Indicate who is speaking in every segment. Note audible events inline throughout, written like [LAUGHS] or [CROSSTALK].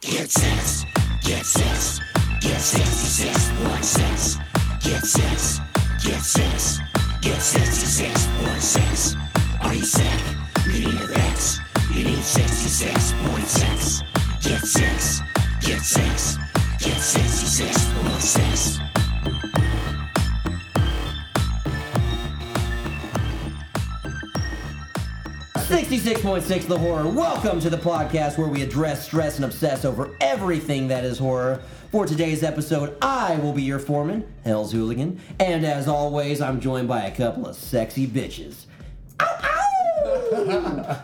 Speaker 1: Get sex, get sex, get sexy sex, want sex. Get sex, get sex, get sexy sex, want sex. Are you sick? You need a X. You need sexy sex, want sex. Get sex, get sex, get sexy sex, want sex.
Speaker 2: Sixty-six point six, the horror. Welcome to the podcast where we address, stress, and obsess over everything that is horror. For today's episode, I will be your foreman, Hell's Hooligan, and as always, I'm joined by a couple of sexy bitches.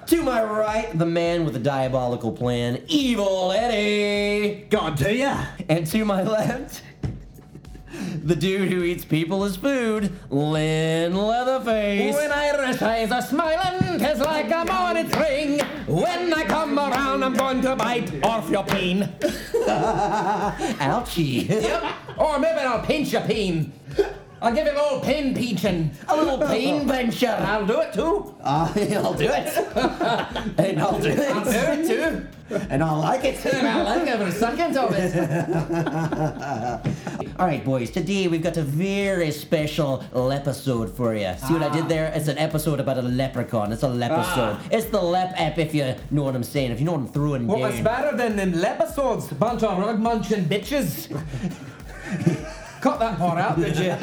Speaker 2: To my right, the man with the diabolical plan, Evil Eddie.
Speaker 3: Gone to ya.
Speaker 2: And to my left, the dude who eats people as food, Lynn Leatherface.
Speaker 3: When I rest eyes are smiling, tis like a morning spring. When I come around, I'm going to bite off your peen.
Speaker 2: [LAUGHS] Ouchie.
Speaker 3: Yep. Or maybe I'll pinch your peen. I'll give it a little pin peaching.
Speaker 2: A little pain [LAUGHS] venture.
Speaker 3: I'll do it too.
Speaker 2: Uh, I'll do
Speaker 3: [LAUGHS]
Speaker 2: it. and I'll do
Speaker 3: I'll do
Speaker 2: it.
Speaker 3: it too.
Speaker 2: And I'll like it.
Speaker 3: And I like every second of [LAUGHS] it.
Speaker 2: All right, boys. Today we've got a very special episode for you. See what I did there? It's an episode about a leprechaun. It's a lepisode.
Speaker 3: Ah.
Speaker 2: It's the lep ep if you know what I'm saying. If you know what I'm through and
Speaker 3: What was
Speaker 2: down.
Speaker 3: better than them lepisodes? Bunch of rug munching bitches. Cut that part out, did you?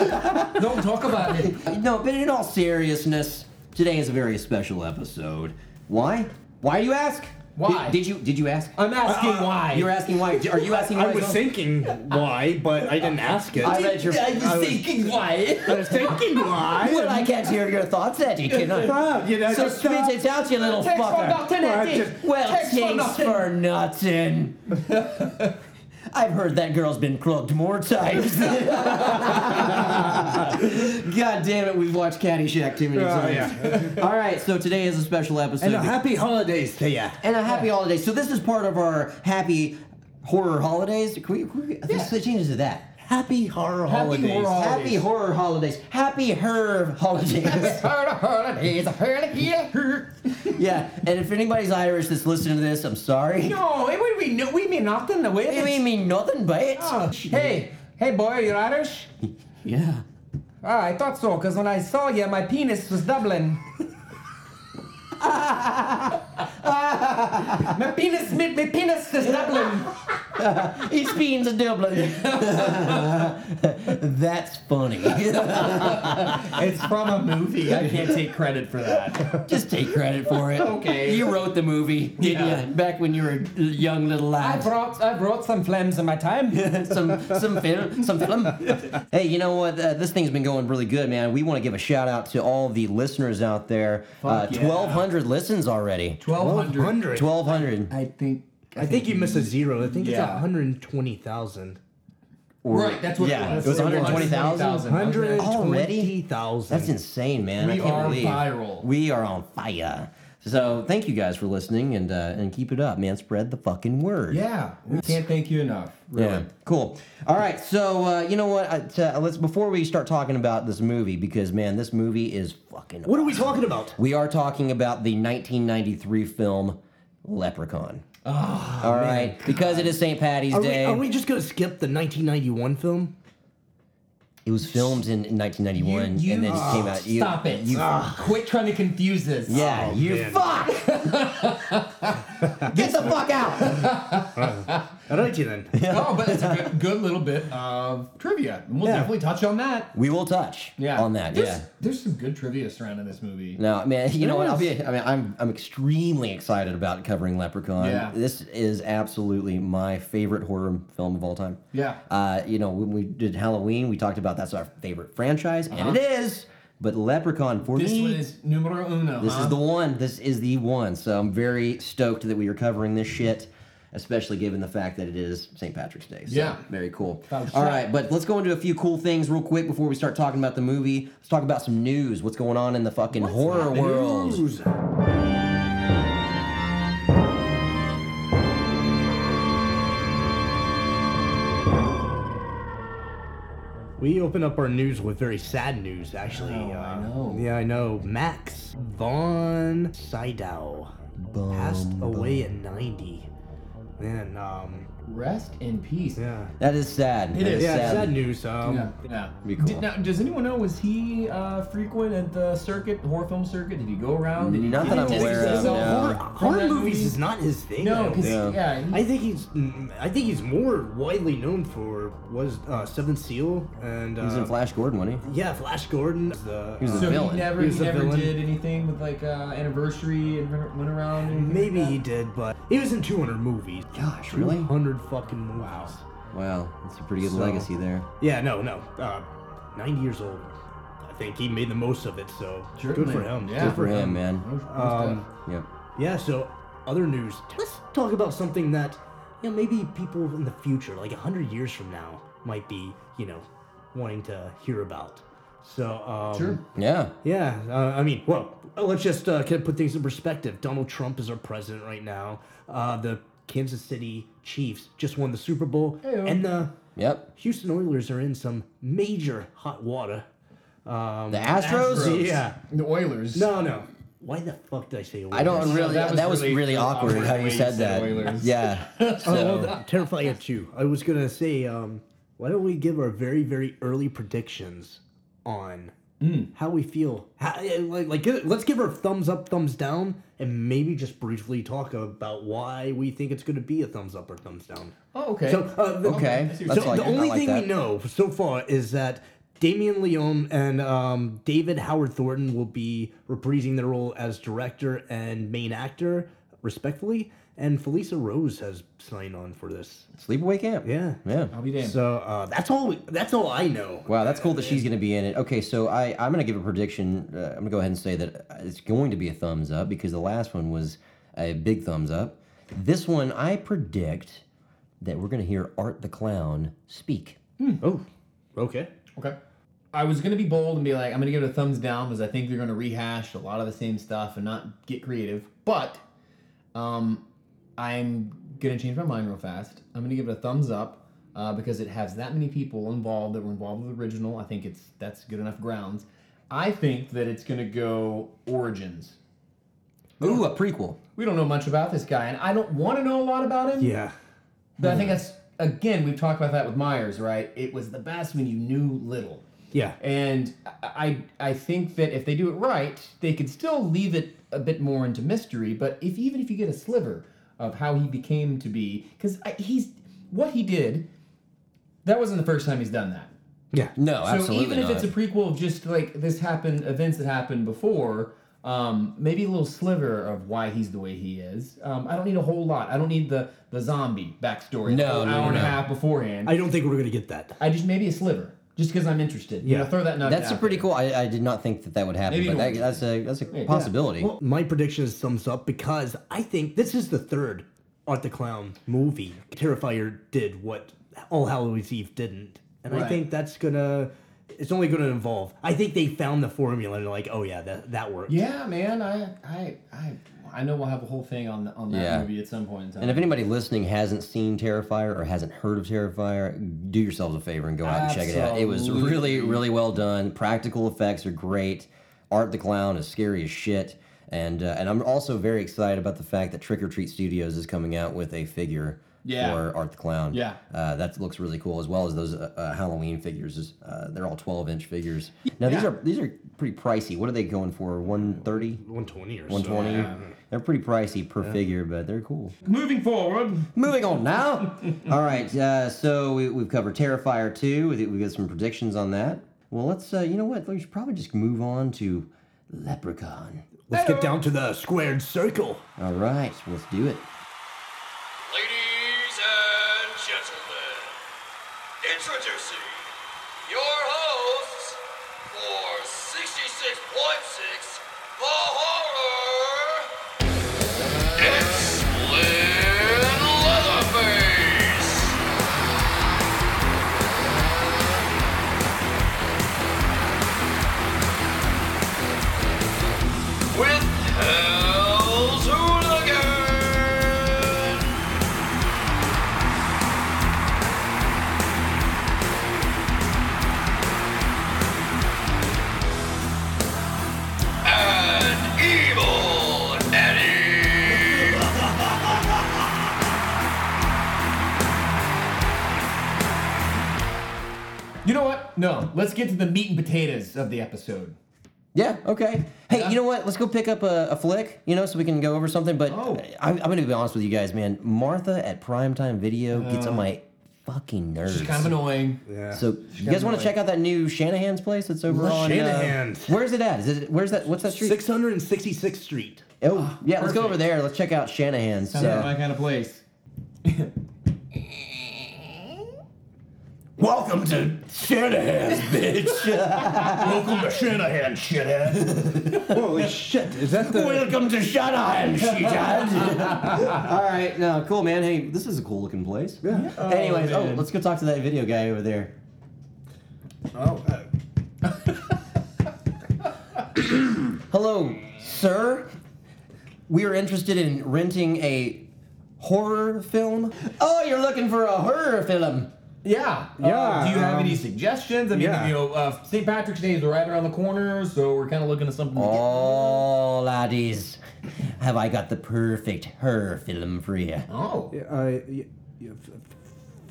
Speaker 3: Don't talk about it.
Speaker 2: No, but in all seriousness, today is a very special episode. Why? Why you ask?
Speaker 3: Why?
Speaker 2: Did, did you did you ask?
Speaker 3: I'm asking
Speaker 4: Uh, uh,
Speaker 3: why.
Speaker 2: You're asking why? Are you asking why?
Speaker 4: I was
Speaker 2: as well?
Speaker 4: thinking why, but I didn't ask it.
Speaker 2: I read your.
Speaker 4: I was-
Speaker 2: why?
Speaker 4: I was thinking why.
Speaker 2: well, I can't hear your thoughts, Eddie. Can
Speaker 4: [LAUGHS]
Speaker 2: I?
Speaker 4: Ah, you know,
Speaker 2: so
Speaker 4: just,
Speaker 2: spit
Speaker 4: uh,
Speaker 2: it out, you little
Speaker 3: Takes for
Speaker 2: fucker.
Speaker 3: nothing,
Speaker 4: Well, I
Speaker 3: Eddie.
Speaker 4: just-
Speaker 2: Well,
Speaker 3: Takes for
Speaker 2: thanks
Speaker 3: nothing.
Speaker 2: for nothing.
Speaker 4: [LAUGHS]
Speaker 2: I've heard that girl's been clubbed more times. [LAUGHS] God damn it, we've watched Caddyshack too many
Speaker 4: Oh,
Speaker 2: times. All right, so today is a special episode.
Speaker 4: And a happy holidays to you.
Speaker 2: And a happy holiday. So this is part of our happy horror holidays. Can we, can we, I think they changed it to that.
Speaker 4: Happy horror holidays.
Speaker 3: horror- Holidays.
Speaker 2: Happy horror holidays. Happy her holidays.
Speaker 3: Hurla, hurla, he's a hurla, here, hur.
Speaker 2: [LAUGHS] yeah. And if anybody's Irish that's listening to this, I'm sorry.
Speaker 3: No, it would be no, we mean nothing the way
Speaker 2: It
Speaker 3: it
Speaker 2: ain't
Speaker 3: is.
Speaker 2: mean nothing by it.
Speaker 3: Oh, hey, hey boy, you're Irish?
Speaker 2: Yeah.
Speaker 3: Ah, I thought so, because when I saw you, my penis was doubling. [LAUGHS] my penis, my, my penis is doubling.
Speaker 2: He's being to Dublin. [LAUGHS] that's funny. [LAUGHS]
Speaker 3: It's from a movie. I can't take credit for that.
Speaker 2: Just take credit for it.
Speaker 3: Okay.
Speaker 2: You wrote the movie, did
Speaker 3: Yeah.
Speaker 2: you? Back when you were a young little
Speaker 3: I
Speaker 2: lad.
Speaker 3: brought, I brought some flames in my
Speaker 2: [LAUGHS]
Speaker 3: time.
Speaker 2: some some film some film. Hey, you know what? Uh, this thing's been going really good, man. We want to give a shout out to all the listeners out there. Uh,
Speaker 4: Fuck yeah.
Speaker 2: 1,200 listens already.
Speaker 4: 100.
Speaker 2: 1,200.
Speaker 4: I think. I think you missed a zero. I think it's it's 120,000.
Speaker 3: Right, that's what
Speaker 2: Yeah,
Speaker 3: it was.
Speaker 2: it was
Speaker 3: It was
Speaker 2: 120,000.
Speaker 4: 120,000.
Speaker 2: That's insane, man. I
Speaker 5: We
Speaker 2: can't
Speaker 5: are
Speaker 2: believe
Speaker 5: viral.
Speaker 2: We are on fire. So thank you guys for listening and uh, and keep it up, man. Spread the fucking word.
Speaker 5: Yeah, we can't thank you enough. Really.
Speaker 2: Yeah. Cool. All right. So uh, you know what? I, to, let's before we start talking about this movie because man, this movie is fucking.
Speaker 4: What are we talking about?
Speaker 2: We are talking about the 1993 film Leprechaun.
Speaker 5: Ah,
Speaker 2: All right, because it is St. Patty's
Speaker 4: Are we,
Speaker 2: Day.
Speaker 4: are we just going to skip the 1991 film?
Speaker 2: It was filmed in, in 1991
Speaker 5: You-
Speaker 2: and then
Speaker 5: you-
Speaker 2: it came out. you-
Speaker 5: Stop it. Oh,
Speaker 2: you-
Speaker 5: Quit trying to confuse us.
Speaker 2: yeah, you
Speaker 4: man.
Speaker 2: fuck. Get the fuck out.
Speaker 4: All righty then.
Speaker 5: Oh, but it's a good, good little bit of trivia. And we'll
Speaker 4: Yeah.
Speaker 5: definitely touch on that.
Speaker 2: We will touch
Speaker 5: Yeah.
Speaker 2: on that.
Speaker 5: There's,
Speaker 2: Yeah.
Speaker 5: There's some good trivia surrounding this movie.
Speaker 2: No, man. You know what?
Speaker 4: There
Speaker 2: I'll
Speaker 4: is.
Speaker 2: be. I mean, I'm. I'm extremely excited about covering Leprechaun.
Speaker 5: Yeah.
Speaker 2: This is absolutely my favorite horror film of all time.
Speaker 5: Yeah.
Speaker 2: Uh, you know, when we did Halloween, we talked about that's our favorite franchise, and it is. But Leprechaun for
Speaker 5: This
Speaker 2: me,
Speaker 5: one is uh-huh. numero uno.
Speaker 2: this
Speaker 5: huh?
Speaker 2: is the one. This is the one. So I'm very stoked that we are covering this shit. Especially given the fact that it is St. Patrick's Day. So
Speaker 5: Yeah.
Speaker 2: Very cool.
Speaker 5: Oh,
Speaker 2: All
Speaker 5: shit.
Speaker 2: right, but let's go into a few cool things real quick before we start talking about the movie. Let's talk about some news. What's going on in the fucking horror world?
Speaker 4: News. We open up our news with very sad news, actually. uh,
Speaker 5: Oh, know.
Speaker 4: Yeah, I know. Max von Sydow passed away at 90. Man, um,
Speaker 5: Rest in peace.
Speaker 4: yeah.
Speaker 2: That is sad. That
Speaker 5: It is.
Speaker 4: Yeah,
Speaker 2: sad.
Speaker 4: sad news. Um,
Speaker 5: Yeah. yeah.
Speaker 2: Be cool.
Speaker 5: Did- now, does anyone know? Was he uh, frequent at the circuit, the horror film circuit? Did he go around? Did he
Speaker 2: Not that I'm
Speaker 5: distance
Speaker 2: aware of,
Speaker 5: himself
Speaker 2: no.
Speaker 5: from
Speaker 4: Horror,
Speaker 5: that
Speaker 4: horror
Speaker 5: movie?
Speaker 4: movies is not his thing. I
Speaker 5: No,
Speaker 4: don't
Speaker 5: because
Speaker 4: think.
Speaker 5: yeah,
Speaker 2: Yeah.
Speaker 5: he-
Speaker 4: I think he's mm, I think he's more widely known for was uh, Seventh Seal and uh,
Speaker 2: He was in Flash Gordon, wasn't he?
Speaker 4: yeah Flash Gordon. The,
Speaker 2: was
Speaker 4: uh,
Speaker 2: a
Speaker 5: so
Speaker 2: villain.
Speaker 5: he never,
Speaker 4: He
Speaker 5: he
Speaker 4: was a
Speaker 5: never
Speaker 4: villain.
Speaker 5: did anything with like uh, anniversary and went- went around. and anything
Speaker 4: uh, maybe
Speaker 5: like
Speaker 4: he did, but he was in 200 movies.
Speaker 2: Gosh, really?
Speaker 4: 200 fucking movies. Wow.
Speaker 2: Wow, that's a pretty good
Speaker 4: So-
Speaker 2: legacy there.
Speaker 4: Yeah, no, no. Uh, 90 years old. I think he made the most of it. So good for
Speaker 5: Certainly.
Speaker 4: him.
Speaker 5: Yeah.
Speaker 2: Good for him,
Speaker 5: that.
Speaker 2: man.
Speaker 4: Um,
Speaker 2: Yep.
Speaker 4: Yeah, so other news. Let's talk about something that, you know, maybe people in the future, like 100 years from now, might be, you know, wanting to hear about. So, um,
Speaker 5: Sure.
Speaker 2: Yeah.
Speaker 4: yeah, uh, I mean, well, let's just uh, kind of put things in perspective. Donald Trump is our president right now. Uh, the Kansas City Chiefs just won the Super Bowl,
Speaker 5: Heyo.
Speaker 4: and the
Speaker 2: Yep.
Speaker 4: Houston Oilers are in some major hot water. Um,
Speaker 2: The Astros?
Speaker 5: Astros.
Speaker 4: yeah.
Speaker 5: the Oilers.
Speaker 4: No, no. Why the fuck did I say?
Speaker 2: I don't
Speaker 4: Oilers?
Speaker 2: really.
Speaker 5: that
Speaker 2: That was,
Speaker 5: was
Speaker 2: really,
Speaker 5: really
Speaker 2: awkward,
Speaker 5: awkward
Speaker 2: how
Speaker 5: way
Speaker 2: you
Speaker 5: you
Speaker 2: said that.
Speaker 5: said Oilers. [LAUGHS]
Speaker 2: Yeah.
Speaker 4: Oh, well, terrifying at you. I was gonna say, um, why don't we give our very, very early predictions on how we feel? How, eh, like, like, give- let's give our thumbs up, thumbs down, and maybe just briefly talk about why we think it's gonna be a thumbs up or thumbs down.
Speaker 5: Oh, okay.
Speaker 4: So, uh, the,
Speaker 2: Okay,
Speaker 5: that's
Speaker 4: So
Speaker 2: I like
Speaker 4: the
Speaker 2: it. I
Speaker 4: only
Speaker 2: like
Speaker 4: thing
Speaker 2: that.
Speaker 4: we know so far is that Damien Leone and um, David Howard Thornton will be reprising their role as director and main actor, respectfully. And Felisa Rose has signed on for this.
Speaker 2: Sleepaway Camp.
Speaker 4: Yeah.
Speaker 2: Yeah.
Speaker 5: I'll be damned.
Speaker 4: So uh, that's all. We, that's all I know.
Speaker 2: Wow, that's cool that she's going to be in it. Okay, so I, I'm going to give a prediction. Uh, I'm going to go ahead and say that it's going to be a thumbs up because the last one was a big thumbs up. This one, I predict that we're going to hear Art the Clown speak.
Speaker 4: Oh, okay.
Speaker 5: Okay. I was gonna be bold and be like, I'm gonna give it a thumbs down because I think they're gonna rehash a lot of the same stuff and not get creative. But um, I'm gonna change my mind real fast. I'm gonna give it a thumbs up uh, because it has that many people involved that were involved with the original. I think it's that's good enough grounds. I think that it's gonna go origins.
Speaker 2: Ooh, a prequel.
Speaker 5: We don't know much about this guy, and I don't want to know a lot about him.
Speaker 4: Yeah.
Speaker 5: But I think that's again we've talked about that with Myers, right? It was the best when you knew little.
Speaker 4: Yeah.
Speaker 5: And I I think that if they do it right, they could still leave it a bit more into mystery. But if even if you get a sliver of how he became to be, because he's what he did, that wasn't the first time he's done that.
Speaker 4: Yeah.
Speaker 2: No,
Speaker 5: so
Speaker 2: Oh, absolutely
Speaker 5: even
Speaker 2: not.
Speaker 5: if it's a prequel of just like this happened, events that happened before, um, maybe a little sliver of why he's the way he is. Um, I don't need a whole lot. I don't need the the zombie backstory.
Speaker 2: No,
Speaker 5: the whole
Speaker 2: no,
Speaker 5: hour and a
Speaker 2: no.
Speaker 5: half beforehand. I,
Speaker 4: I don't think we're gonna get that.
Speaker 5: just maybe a sliver, just because I'm interested. You
Speaker 4: Yeah.
Speaker 5: know, throw that nugget.
Speaker 2: that's a
Speaker 5: out
Speaker 2: pretty
Speaker 5: there.
Speaker 2: cool. I, I did not think that that would happen,
Speaker 5: Maybe
Speaker 2: but
Speaker 5: it
Speaker 2: that,
Speaker 5: won't.
Speaker 2: that's a that's a possibility.
Speaker 4: Well, my prediction is thumbs up because I think this is the third Art the Clown movie. Terrifier did what All Hallows Eve didn't, and I
Speaker 5: Right.
Speaker 4: think that's gonna. It's only gonna evolve. I think they found the formula and they're like, oh yeah, that that worked.
Speaker 5: Yeah, man. I I I I know we'll have a whole thing on on that
Speaker 2: Yeah.
Speaker 5: movie at some point in time.
Speaker 2: and if anybody listening hasn't seen Terrifier or hasn't heard of Terrifier, do yourselves a favor and go out and check it out. It was really,
Speaker 5: Absolutely.
Speaker 2: really well done. Practical effects are great. Art the Clown is scary as shit. And uh, and I'm also very excited about the fact that Trick or Treat Studios is coming out with a figure
Speaker 5: Yeah.
Speaker 2: for Art the Clown.
Speaker 5: Yeah.
Speaker 2: Uh, that looks really cool, as well as those uh, uh, Halloween figures. Uh, they're all 12 inch figures. Now these
Speaker 5: Yeah.
Speaker 2: are these are pretty pricey. What are they going for? 130.
Speaker 4: One twenty or
Speaker 2: 120.
Speaker 4: So.
Speaker 2: They're pretty pricey per figure, but they're cool.
Speaker 5: moving forward,
Speaker 2: Moving on
Speaker 5: [LAUGHS]
Speaker 2: now. All right, uh, so we, we've covered Terrifier 2. We- We've got some predictions on that. Well, let's, uh, you know what? We should probably just move on to Leprechaun.
Speaker 4: Let's get down to the squared circle.
Speaker 2: All right, let's do it.
Speaker 6: Ladies and gentlemen, introducing your hosts for 66.6 The Horror. It's Lynn Leatherface. With Hell's Hooligan.
Speaker 5: You know what? No, let's get to the meat and potatoes of the episode.
Speaker 2: Yeah. Okay. Hey, you know what? Let's go pick up a, a flick. You know, so we can go over something. But
Speaker 5: Oh.
Speaker 2: I, I'm gonna be honest with you guys, man. Martha at Primetime Video gets on my fucking nerves.
Speaker 5: It's Uh. kind of annoying.
Speaker 4: Yeah.
Speaker 2: So you guys want to check out that new Shanahan's place? That's over on uh,
Speaker 4: Shanahan's.
Speaker 2: where's it at? Is it where's that? What's that street?
Speaker 4: 666th Street.
Speaker 2: Oh, yeah. Let's go
Speaker 5: perfect.
Speaker 2: over there. Let's check out Shanahan's.
Speaker 5: Sounds like
Speaker 2: So.
Speaker 5: my kind of place.
Speaker 4: Welcome to Shanahan's,
Speaker 2: [LAUGHS]
Speaker 4: bitch. Welcome to Shanahan, shithead. Holy shit! Is that the?
Speaker 2: Welcome to Shanahan, she All right. No, cool, man. Hey, this is a cool looking place. Yeah. Anyways, oh, let's go talk to that video guy over there.
Speaker 4: [LAUGHS] Oh, uh,
Speaker 2: Hello, sir. We are interested in renting a horror film. Oh, you're looking for a horror film.
Speaker 5: Yeah.
Speaker 4: Yeah,
Speaker 5: Uh, do you have any
Speaker 4: um,
Speaker 5: suggestions? I mean,
Speaker 4: yeah.
Speaker 5: you know, uh, St. Patrick's Day is right around the corner, so we're kind of looking at something.
Speaker 2: Oh, laddies, have I got the perfect horror film for you?
Speaker 5: Oh.
Speaker 4: yeah, uh, yeah, yeah, f-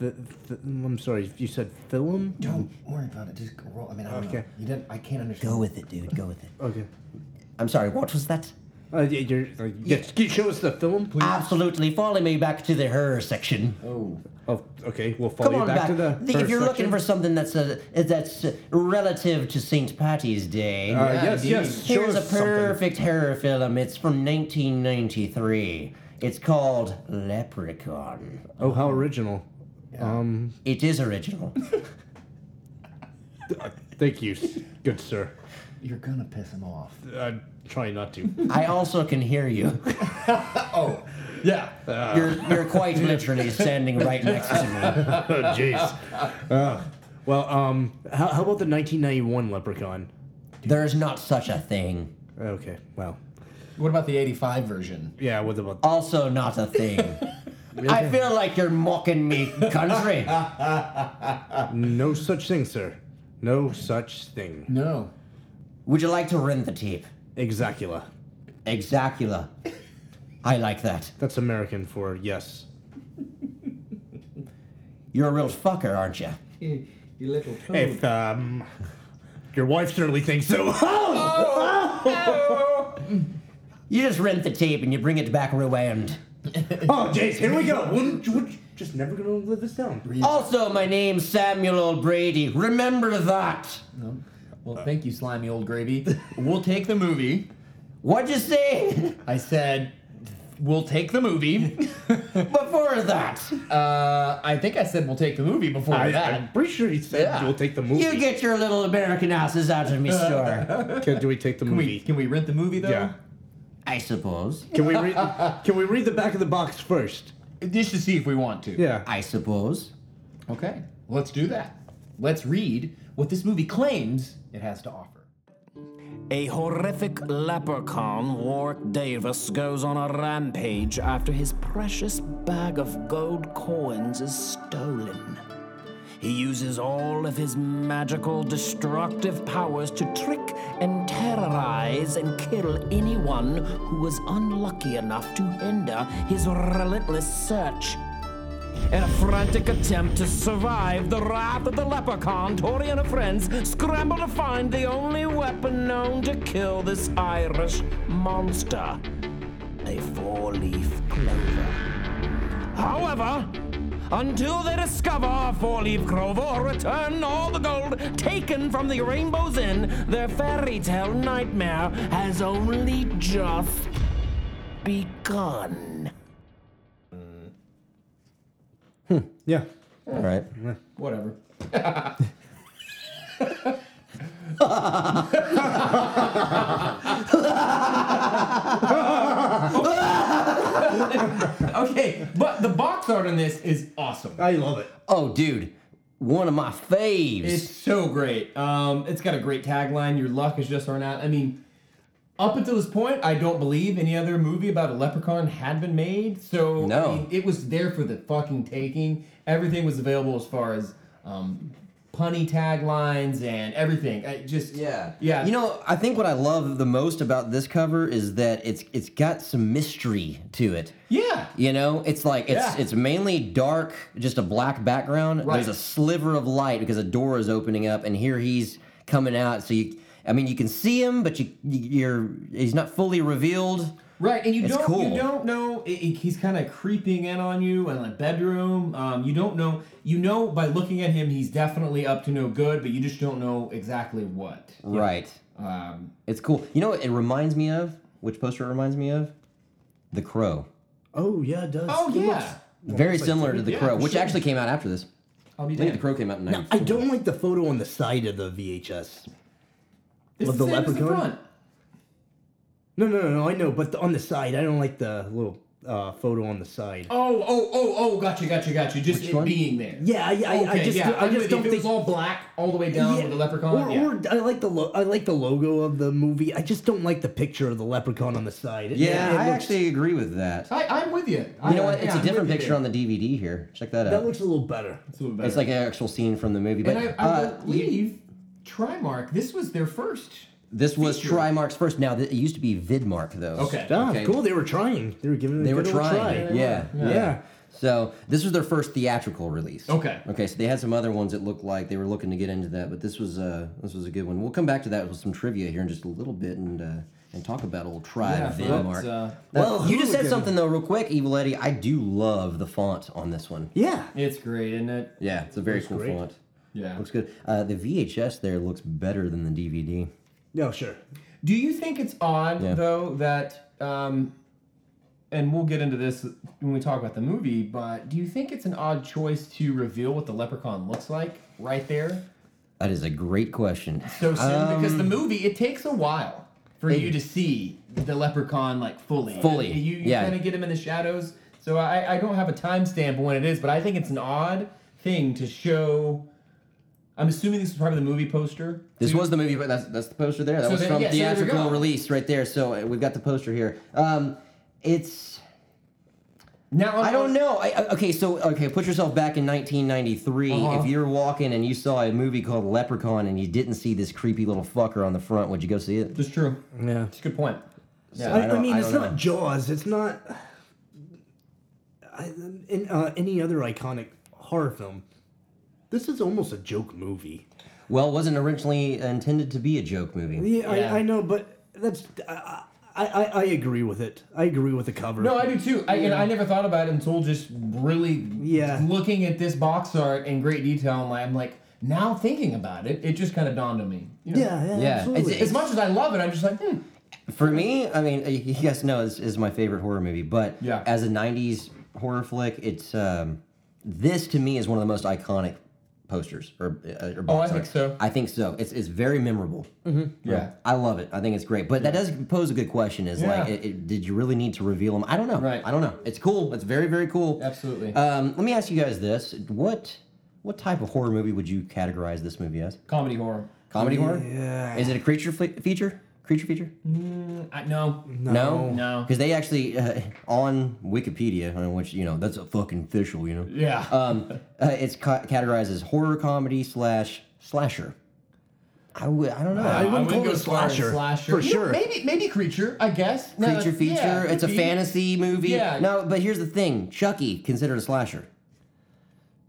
Speaker 4: f- f- I'm sorry. You said film.
Speaker 5: Don't worry about it. Just go roll. I mean, I don't know.
Speaker 4: Okay.
Speaker 5: You didn't, I can't understand.
Speaker 2: Go with it, dude. Go with it.
Speaker 4: Okay.
Speaker 2: I'm sorry. What was that?
Speaker 4: Uh, yeah, you're, uh, yeah, can you show us the film, please.
Speaker 2: Absolutely. Follow me back to the horror section.
Speaker 5: Oh.
Speaker 4: oh, okay. We'll follow
Speaker 2: Come
Speaker 4: you
Speaker 2: on
Speaker 4: back,
Speaker 2: back.
Speaker 4: to the.
Speaker 2: The- if
Speaker 4: first
Speaker 2: you're looking
Speaker 4: section.
Speaker 2: for something that's uh that's uh, relative to St. Patty's Day.
Speaker 4: Uh,
Speaker 5: Yeah,
Speaker 4: yes,
Speaker 5: indeed.
Speaker 4: yes. Show
Speaker 2: Here's a
Speaker 4: us something.
Speaker 2: perfect horror film. It's from 1993. It's called Leprechaun.
Speaker 4: Oh, how original. Um,
Speaker 2: It is
Speaker 4: [LAUGHS]
Speaker 2: original.
Speaker 4: thank you, s- good sir.
Speaker 5: You're going to piss him off.
Speaker 4: I'm trying not to.
Speaker 2: I also can hear you.
Speaker 5: Oh. Yeah.
Speaker 2: You're, you're quite literally standing right next to
Speaker 4: Oh, [LAUGHS] jeez. Uh, well, um, how, how about the 1991 Leprechaun?
Speaker 2: me. There is not such a thing.
Speaker 4: Okay. Well.
Speaker 5: What about the 85 version?
Speaker 4: Yeah. What about?
Speaker 2: Also, not a
Speaker 4: [LAUGHS]
Speaker 2: thing. Uh, I feel like you're mocking me,
Speaker 4: [LAUGHS]
Speaker 2: country.
Speaker 4: No such thing, sir. No such thing.
Speaker 5: No.
Speaker 2: Would you like to rent the tape?
Speaker 4: Exacula.
Speaker 2: Exacula. I like that.
Speaker 4: That's American for yes.
Speaker 2: You're a real fucker, aren't you?
Speaker 5: You little
Speaker 4: If um, your wife certainly thinks so. [LAUGHS] Oh!
Speaker 2: You just rent the tape and you bring it back ruined.
Speaker 4: Oh, jeez, here we go. Wouldn't- would- just never gonna live this down.
Speaker 2: Also, my name's Samuel O'Brady. Remember that.
Speaker 4: Uh,
Speaker 5: Well, thank you, slimy old
Speaker 4: [LAUGHS]
Speaker 5: gravy. We'll take the movie.
Speaker 2: What'd you say [LAUGHS]
Speaker 5: I said, we'll take the
Speaker 4: [LAUGHS]
Speaker 5: movie.
Speaker 2: before that?
Speaker 5: Uh, I think I said we'll take the movie before
Speaker 4: I, am
Speaker 5: that.
Speaker 4: pretty sure he said
Speaker 5: Yeah.
Speaker 4: we'll take the movie.
Speaker 2: You get your little American asses out of me
Speaker 5: [LAUGHS]
Speaker 2: store.
Speaker 4: Can, do we take the
Speaker 5: Can we,
Speaker 4: movie?
Speaker 5: can we rent the movie though?
Speaker 4: yeah.
Speaker 2: I suppose.
Speaker 4: Can we read? can we read the back of the box first?
Speaker 5: Just to see if we want to.
Speaker 4: Yeah.
Speaker 2: I suppose.
Speaker 5: Okay. Let's do that. Let's read what this movie claims it has to offer.
Speaker 7: A horrific leprechaun, Warwick Davis, goes on a rampage after his precious bag of gold coins is stolen. He uses all of his magical destructive powers to trick and terrorize and kill anyone who was unlucky enough to hinder his relentless search. In a frantic attempt to survive the wrath of the leprechaun, Tori and her friends scramble to find the only weapon known to kill this Irish monster a four leaf clover. However, until they discover a four leaf clover or return all the gold taken from the Rainbow's Inn, their fairy tale nightmare has only just begun.
Speaker 4: Yeah.
Speaker 2: All right.
Speaker 5: Whatever. okay, but the box art on this is awesome.
Speaker 4: I love it.
Speaker 2: Oh, dude. One of my faves.
Speaker 5: It's so great. Um, it's got a great tagline. Your luck is just run out. I mean, up until this point, I don't believe any other movie about a leprechaun had been made. So I
Speaker 2: No.
Speaker 5: mean, it was there for the fucking taking. Everything was available as far as um, punny taglines and everything. I just
Speaker 2: Yeah.
Speaker 5: yeah.
Speaker 2: You know, I think what I love the most about this cover is that it's it's got some mystery to it.
Speaker 5: yeah.
Speaker 2: You know, it's like it's
Speaker 5: Yeah.
Speaker 2: it's mainly dark, just a black background.
Speaker 5: Right.
Speaker 2: There's a sliver of light because a door is opening up, and here he's coming out. So you, I mean, you can see him, but you you're he's not fully revealed.
Speaker 5: Right, and you
Speaker 2: It's
Speaker 5: don't
Speaker 2: cool.
Speaker 5: you don't know i i he's kind of creeping in on you in the bedroom. Um, you don't know you know by looking at him he's definitely up to no good, but you just don't know exactly what.
Speaker 2: Right.
Speaker 5: Um,
Speaker 2: It's cool. You know, what it reminds me of which poster it reminds me of, The Crow.
Speaker 4: Oh yeah, it does.
Speaker 5: oh
Speaker 4: It
Speaker 5: yeah,
Speaker 4: looks-
Speaker 2: Very similar to The
Speaker 5: yeah,
Speaker 2: Crow,
Speaker 5: for
Speaker 2: which
Speaker 5: sure.
Speaker 2: actually came out after this.
Speaker 5: I'll be
Speaker 2: I think
Speaker 5: damned.
Speaker 2: The Crow came out in
Speaker 4: Now,
Speaker 2: 94.
Speaker 4: I don't like the photo on the side of the VHS.
Speaker 5: It's
Speaker 4: Of
Speaker 5: the,
Speaker 4: the
Speaker 5: same as the
Speaker 4: leprechaun?
Speaker 5: front.
Speaker 4: No, no, no, no. I know, but the, on the side, I don't like the little uh, photo on the side.
Speaker 5: Oh oh oh oh, gotcha gotcha gotcha. Just it being there.
Speaker 4: Yeah, I, I,
Speaker 5: okay,
Speaker 4: I just,
Speaker 5: yeah.
Speaker 4: I
Speaker 5: I'm with
Speaker 4: just
Speaker 5: you.
Speaker 4: don't
Speaker 5: if
Speaker 4: think.
Speaker 5: it was all black all the way down
Speaker 4: Yeah,
Speaker 5: with the leprechaun.
Speaker 4: Or,
Speaker 5: yeah.
Speaker 4: or I like the lo- I like the logo of the movie. I just don't like the picture of the leprechaun on the side. It-
Speaker 2: Yeah,
Speaker 4: it
Speaker 2: I
Speaker 4: looks-
Speaker 2: actually agree with that.
Speaker 5: I, I'm with you. I-
Speaker 2: You know what?
Speaker 5: Oh, yeah,
Speaker 2: It's
Speaker 5: I'm
Speaker 2: a
Speaker 5: with
Speaker 2: different
Speaker 5: you
Speaker 2: picture
Speaker 5: there.
Speaker 2: on the DVD here. Check that
Speaker 4: that
Speaker 2: out.
Speaker 4: looks a little better.
Speaker 5: It's, a little
Speaker 2: It's
Speaker 5: better.
Speaker 2: like an actual scene from the movie. But
Speaker 5: and I, I
Speaker 2: uh, you-
Speaker 5: believe Trimark. This was their first.
Speaker 2: this was
Speaker 5: feature.
Speaker 2: Trimark's first. Now th- it used to be Vidmark though.
Speaker 5: Okay.
Speaker 4: Ah,
Speaker 2: Okay.
Speaker 4: cool. They were trying. They were giving. It
Speaker 2: They
Speaker 4: a
Speaker 2: were
Speaker 4: good old
Speaker 2: trying.
Speaker 4: Try.
Speaker 2: Yeah.
Speaker 4: yeah.
Speaker 2: So this was their first theatrical release.
Speaker 5: Okay.
Speaker 2: Okay. So they had some other ones that looked like they were looking to get into that, but this was uh this was a good one. We'll come back to that with some trivia here in just a little bit and uh, and talk about old Tri
Speaker 5: Yeah,
Speaker 2: Vidmark.
Speaker 5: but, uh,
Speaker 2: well, you just said
Speaker 4: hooligan.
Speaker 2: something though, real quick, Evil Eddie. I do love the font on this one.
Speaker 4: Yeah.
Speaker 5: It's great, isn't it?
Speaker 2: Yeah, it's a very cool
Speaker 4: great.
Speaker 2: font.
Speaker 5: Yeah.
Speaker 2: Looks good. Uh, the VHS there looks better than the DVD.
Speaker 4: No, sure.
Speaker 5: Do you think it's odd
Speaker 2: Yeah.
Speaker 5: though that um and we'll get into this when we talk about the movie, but do you think it's an odd choice to reveal what the leprechaun looks like right there?
Speaker 2: That is a great question.
Speaker 5: So soon
Speaker 2: Um,
Speaker 5: because the movie it takes a while for you to see the leprechaun like fully.
Speaker 2: Fully,
Speaker 5: You, you
Speaker 2: yeah.
Speaker 5: kind of get him in the shadows. So I, I don't have a timestamp on when it is, but I think it's an odd thing to show I'm assuming this is part of the movie poster.
Speaker 2: This
Speaker 5: too.
Speaker 2: was the movie, but that's that's the poster there. That
Speaker 5: So
Speaker 2: was
Speaker 5: there-
Speaker 2: from
Speaker 5: yeah, so there we
Speaker 2: theatrical
Speaker 5: go.
Speaker 2: release right there. So uh, we've got the poster here. Um, it's
Speaker 5: now
Speaker 2: I don't know. I, I- okay, so okay, put yourself back in 1993.
Speaker 5: Uh-huh.
Speaker 2: If you're walking and you saw a movie called Leprechaun and you didn't see this creepy little fucker on the front, would you go see it?
Speaker 5: That's true.
Speaker 4: Yeah.
Speaker 5: It's a good point.
Speaker 2: Yeah,
Speaker 4: I, I,
Speaker 2: don't-
Speaker 4: mean,
Speaker 2: I
Speaker 4: it's
Speaker 2: don't
Speaker 4: not
Speaker 2: know.
Speaker 4: Jaws. It's not I, in, uh, any other iconic horror film. This is almost a joke movie.
Speaker 2: Well, it wasn't originally intended to be a joke movie.
Speaker 4: Yeah,
Speaker 5: Yeah.
Speaker 4: I, I know, but that's I, I, I- I agree with it. I agree with the cover.
Speaker 5: No, I do too. I, and I never thought about it until just really
Speaker 4: Yeah.
Speaker 5: looking at this box art in great detail. And I'm like, now thinking about it, it just kind of dawned on me. You know?
Speaker 4: yeah, yeah,
Speaker 2: Yeah,
Speaker 4: absolutely.
Speaker 2: it's-
Speaker 5: As much as I love it, I'm just like, hmm.
Speaker 2: For me, I mean, you guys know this is my favorite horror movie, but
Speaker 5: Yeah.
Speaker 2: as a 90s horror flick, it's um, this to me is one of the most iconic posters or, uh, or box
Speaker 5: Oh, think
Speaker 2: art.
Speaker 5: so. Mm-hmm.
Speaker 2: I think so. It's, it's very memorable.
Speaker 5: Yeah.
Speaker 2: I love it. I think it's great. But that does pose a good question is like,
Speaker 5: Yeah.
Speaker 2: it, it- did you really need to reveal them? I don't know.
Speaker 5: Right.
Speaker 2: I don't know. It's cool. It's very, very cool.
Speaker 5: Absolutely.
Speaker 2: Um, let me ask you guys this. What what type of horror movie would you categorize this movie as?
Speaker 5: Comedy horror.
Speaker 2: Comedy horror?
Speaker 4: Yeah.
Speaker 2: Is it a creature fle- feature? Creature feature?
Speaker 5: I, no.
Speaker 2: No,
Speaker 5: No.
Speaker 2: because they actually uh, on Wikipedia, uh, which you know that's a fucking official, you know.
Speaker 5: Yeah.
Speaker 2: Um, uh, it's ca- categorized as horror comedy slash slasher. I would, I don't know.
Speaker 4: I wouldn't call
Speaker 5: go
Speaker 4: it a
Speaker 5: as far as
Speaker 4: slasher,
Speaker 5: slasher.
Speaker 4: for
Speaker 5: You know,
Speaker 4: sure.
Speaker 5: maybe maybe creature, I guess. No,
Speaker 2: creature
Speaker 5: that's-
Speaker 2: feature.
Speaker 5: yeah,
Speaker 2: it's a
Speaker 5: could be.
Speaker 2: fantasy movie.
Speaker 5: Yeah.
Speaker 2: No, but here's the thing: Chucky considered a slasher.